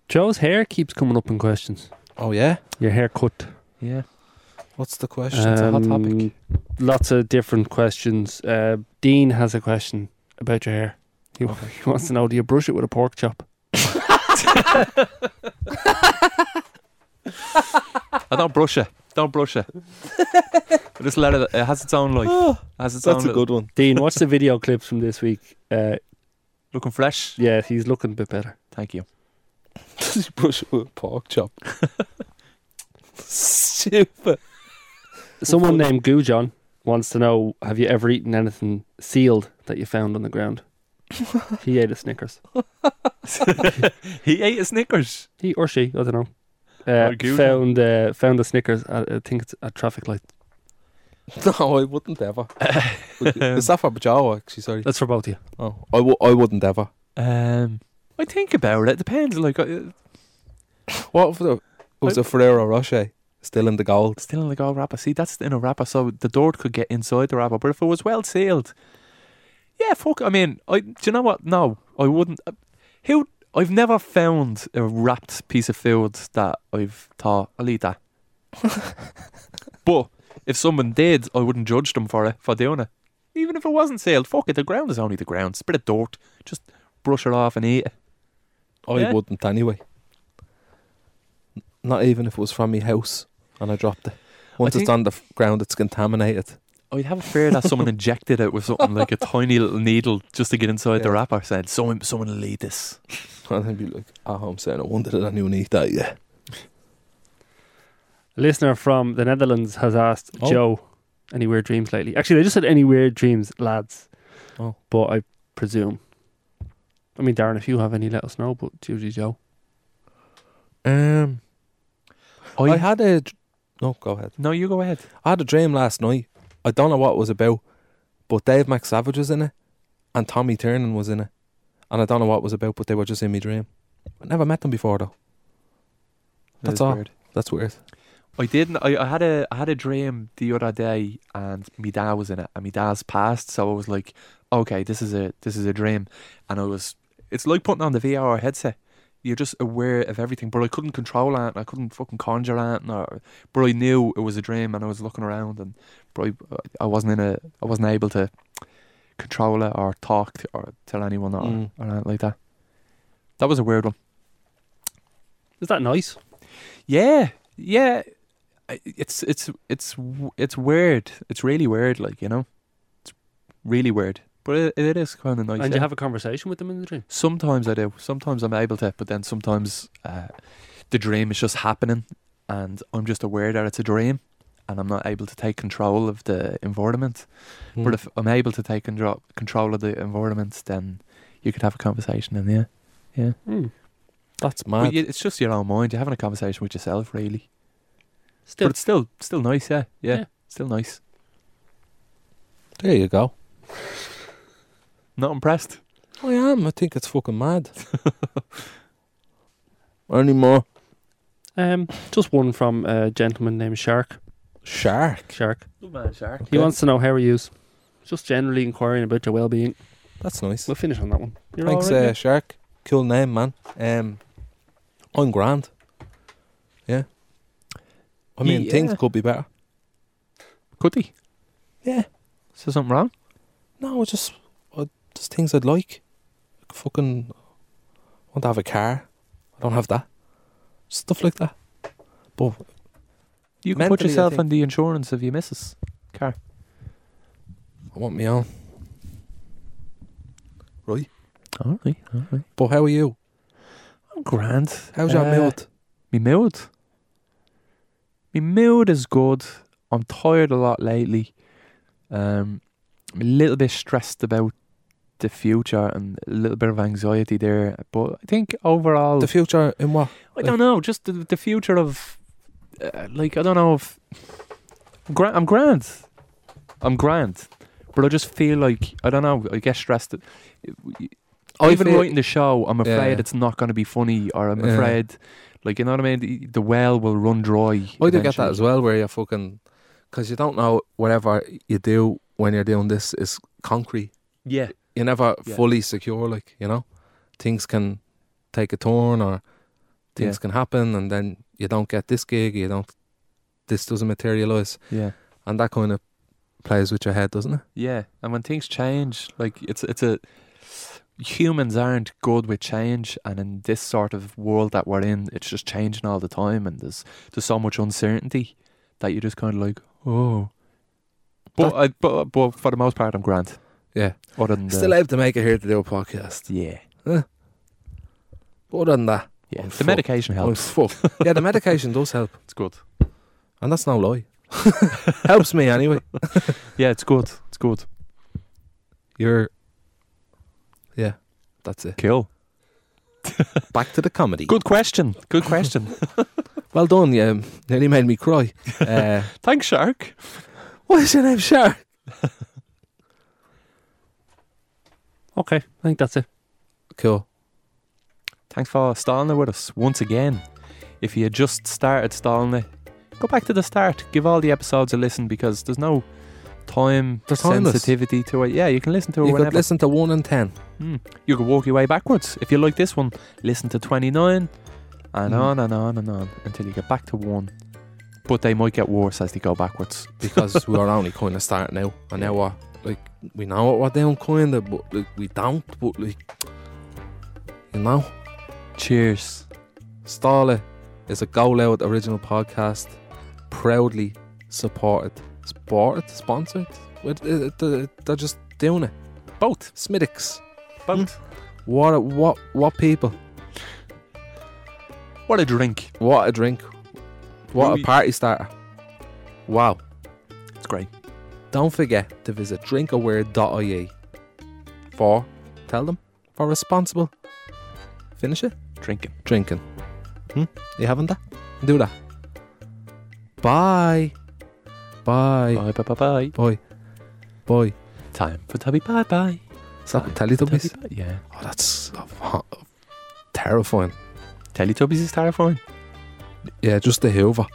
E: Joe's hair keeps coming up in questions.
C: Oh, yeah?
E: Your haircut.
D: Yeah.
C: What's the question?
D: It's a hot topic.
E: Um, Lots of different questions. Uh, Dean has a question about your hair. He, wa- he wants to know do you brush it with a pork chop?
D: I don't brush it. Don't brush it. I just let it. It has its own life.
C: Ah,
D: It has its own. little-
C: one.
E: Dean, watch the video clips from this week. Uh,
D: Looking fresh.
E: yeah, he's looking a bit better.
D: Thank you.
C: Brush it with a pork chop. Stupid.
E: Someone named Gujon wants to know have you ever eaten anything sealed that you found on the ground? he ate a Snickers.
D: He ate a Snickers.
E: He or she, I don't know. Uh,
D: Or Gujon.
E: found uh, found a Snickers. At, I think it's a traffic light.
C: No, I wouldn't ever. Would you- Is that for Joe, actually? Sorry.
E: That's for both of you.
C: Oh, I, w- I wouldn't ever.
D: Um, I think about it. Depends. Like, uh,
C: What if the, it was a Ferrero Rocher still in the gold?
D: still in the gold wrapper. See, that's in a wrapper, so the door could get inside the wrapper. But if it was well sealed, yeah, fuck. I mean, I do you know what? No, I wouldn't. uh, Who? I've never found a wrapped piece of food that I've thought I'll eat that. but if someone did, I wouldn't judge them for it for doing it. Even if it wasn't sealed, fuck it. The ground is only the ground. It's a bit of dirt. Just brush it off and eat it.
C: I
D: Yeah.
C: wouldn't anyway. N- Not even if it was from my house and I dropped it. Once
D: think-
C: it's on the f- ground, it's contaminated.
D: I'd have a fear that someone injected it with something like a tiny little needle just to get inside
C: Yeah.
D: the wrapper. Said someone, someone will eat this.
C: And I'd be like, oh, I'm saying I wonder did anyone eat that? Yeah.
E: A listener from the Netherlands has asked
C: Oh.
E: Joe, any weird dreams lately? Actually, they just said any weird dreams, lads.
C: Oh.
E: But I presume. I mean, Darren, if you have any, let us know. But it's usually Joe.
C: Um,
D: I,
C: I had a. dr- No, go ahead.
D: no, you go ahead.
C: I had a dream last night. I don't know what it was about, but Dave McSavage was in it and Tommy Tiernan was in it. And I don't know what it was about, but they were just in my dream. I never met them before, though. That's
D: That's
C: all.
D: weird.
C: That's weird.
D: I didn't. I, I had a I had a dream the other day, and my dad was in it, and my dad's passed. So I was like, okay, this is a this is a dream, and I was. It's like putting on the VR headset. You're just aware of everything, but I couldn't control it. I couldn't fucking conjure it. Or, but I knew it was a dream, and I was looking around, and but I, I wasn't in a. I wasn't able to control it or talk to, or tell anyone or,
C: Mm.
D: or anything like that. That was a weird one.
E: Is that nice?
D: Yeah, yeah. I- It's it's it's w- it's weird. It's really weird. Like you know, it's really weird. But it, it is kind of nice.
E: and
D: yeah.
E: you have a conversation with them in the dream.
D: sometimes I do. Sometimes I'm able to, but then sometimes uh, the dream is just happening, and I'm just aware that it's a dream, and I'm not able to take control of the environment.
C: Hmm.
E: Mm.
D: But if I'm able to take control control of the environment, then you could have a conversation, and yeah, Yeah.
C: Hmm.
E: Mm.
C: That's
D: But
C: mad.
D: you, it's just your own mind. You're having a conversation with yourself, really.
E: Still,
D: But it's still still nice, yeah. Yeah.
E: Yeah.
D: Still nice.
C: There you go.
D: Not impressed.
C: I am. I think it's fucking mad. Any more?
E: um, just one from a gentleman named Shark.
C: Shark.
E: Shark.
D: Good man, Shark.
E: He
C: Okay.
E: wants to know how are you? Just generally inquiring about your well-being.
C: That's nice.
E: We'll finish on that one. You're
C: Thanks,
E: all right,
C: uh, Shark. Cool name, man. Um, I'm grand. Yeah. I mean, things
D: Yeah.
C: could be better.
D: Could he?
C: Yeah.
D: Is there something wrong?
C: No, it's just uh, just things I'd like. Like fucking want to have a car. I don't have that. Stuff like that. But
D: You can
C: Mentally, I
D: put yourself
C: think-
D: on the insurance of your missus. Car.
C: I want me own. Right.
D: All right, all right.
C: But how are you?
D: I'm grand.
C: How's your
D: Uh,
C: mood?
D: My mood. My mood is good. I'm tired a lot lately. Um, I'm a little bit stressed about the future and a little bit of anxiety there. But I think overall,
C: The future in what?
D: I don't know. Just the, the future of, uh, like, I don't know if I'm, gra- I'm grand. I'm grand, but I just feel like I don't know. I get stressed. That,
C: I
D: even
C: feel-
D: writing the show, I'm
C: Yeah.
D: afraid it's not going to be funny, or I'm
C: Yeah.
D: afraid, like, you know what I mean. The, the well will run dry.
C: I do Oh, get that as well, where you're fucking, because you don't know whatever you do when you're doing this is concrete.
D: Yeah,
C: You're never
D: Yeah.
C: fully secure, like you know, things can take a turn or things
D: Yeah.
C: can happen, and then you don't get this gig, you don't, this doesn't materialize,
D: yeah,
C: and that kind of plays with your head, doesn't it?
D: yeah. And when things change, like, it's it's a humans aren't good with change and in this sort of world that we're in it's just changing all the time and there's there's so much uncertainty that you're just kind of like oh but I, but but for the most part I'm grand
C: Yeah.
D: other than the-
C: Still able to make it here to do a podcast.
D: yeah
C: But other than that,
D: yeah
C: I'm
D: the
C: fucked.
D: medication
C: I'm
D: helps
C: fucked. yeah, the medication does help,
D: it's good
C: and that's no lie. Helps me anyway.
D: yeah it's good it's good
C: You're, yeah, that's it.
D: cool
C: Back to the comedy.
D: good question good question
C: Well done, you um, nearly made me cry. Uh,
D: thanks shark
C: what is your name, Shark?
E: Okay, I think that's it.
C: Cool.
D: thanks for stalling it with us once again if you just started stalling it go back to the start give all the episodes a listen because there's no time
C: They're timeless.
D: sensitivity to it yeah you can listen to it
C: you could
D: whenever
C: listen to one and ten.
D: Mm. You could walk your way backwards. If you like this one, listen to 29 and
C: Mm.
D: on and on and on until you get back to 1. But they might get worse as they go backwards.
C: because we're only kind of starting now. And now we're like, we know what we're doing, kind of, but like, we don't. But like, you know,
D: Cheers.
C: Starlet is a Go Loud original podcast, proudly supported, supported, sponsored. With- uh, uh, They're just doing it.
D: Both.
C: Smiddix.
D: Both.
C: What, a, what, what people?
D: What a drink.
C: What a drink. What a
D: Really-
C: party starter. Wow.
D: It's great.
C: Don't forget to visit drinkaware.ie for, tell them, for responsible. Finish it?
D: Drinking.
C: Drinking. Hmm? You haven't that? Do that. Bye. Bye.
D: Bye bye bye bye.
C: Bye. Bye.
D: Time for Tubby bye bye.
C: Is that
D: Bye.
C: Teletubbies?
D: Tubby bye- Yeah.
C: Oh, that's uh, ho- terrifying.
D: Teletubbies is terrifying.
C: Yeah, just the Hoover.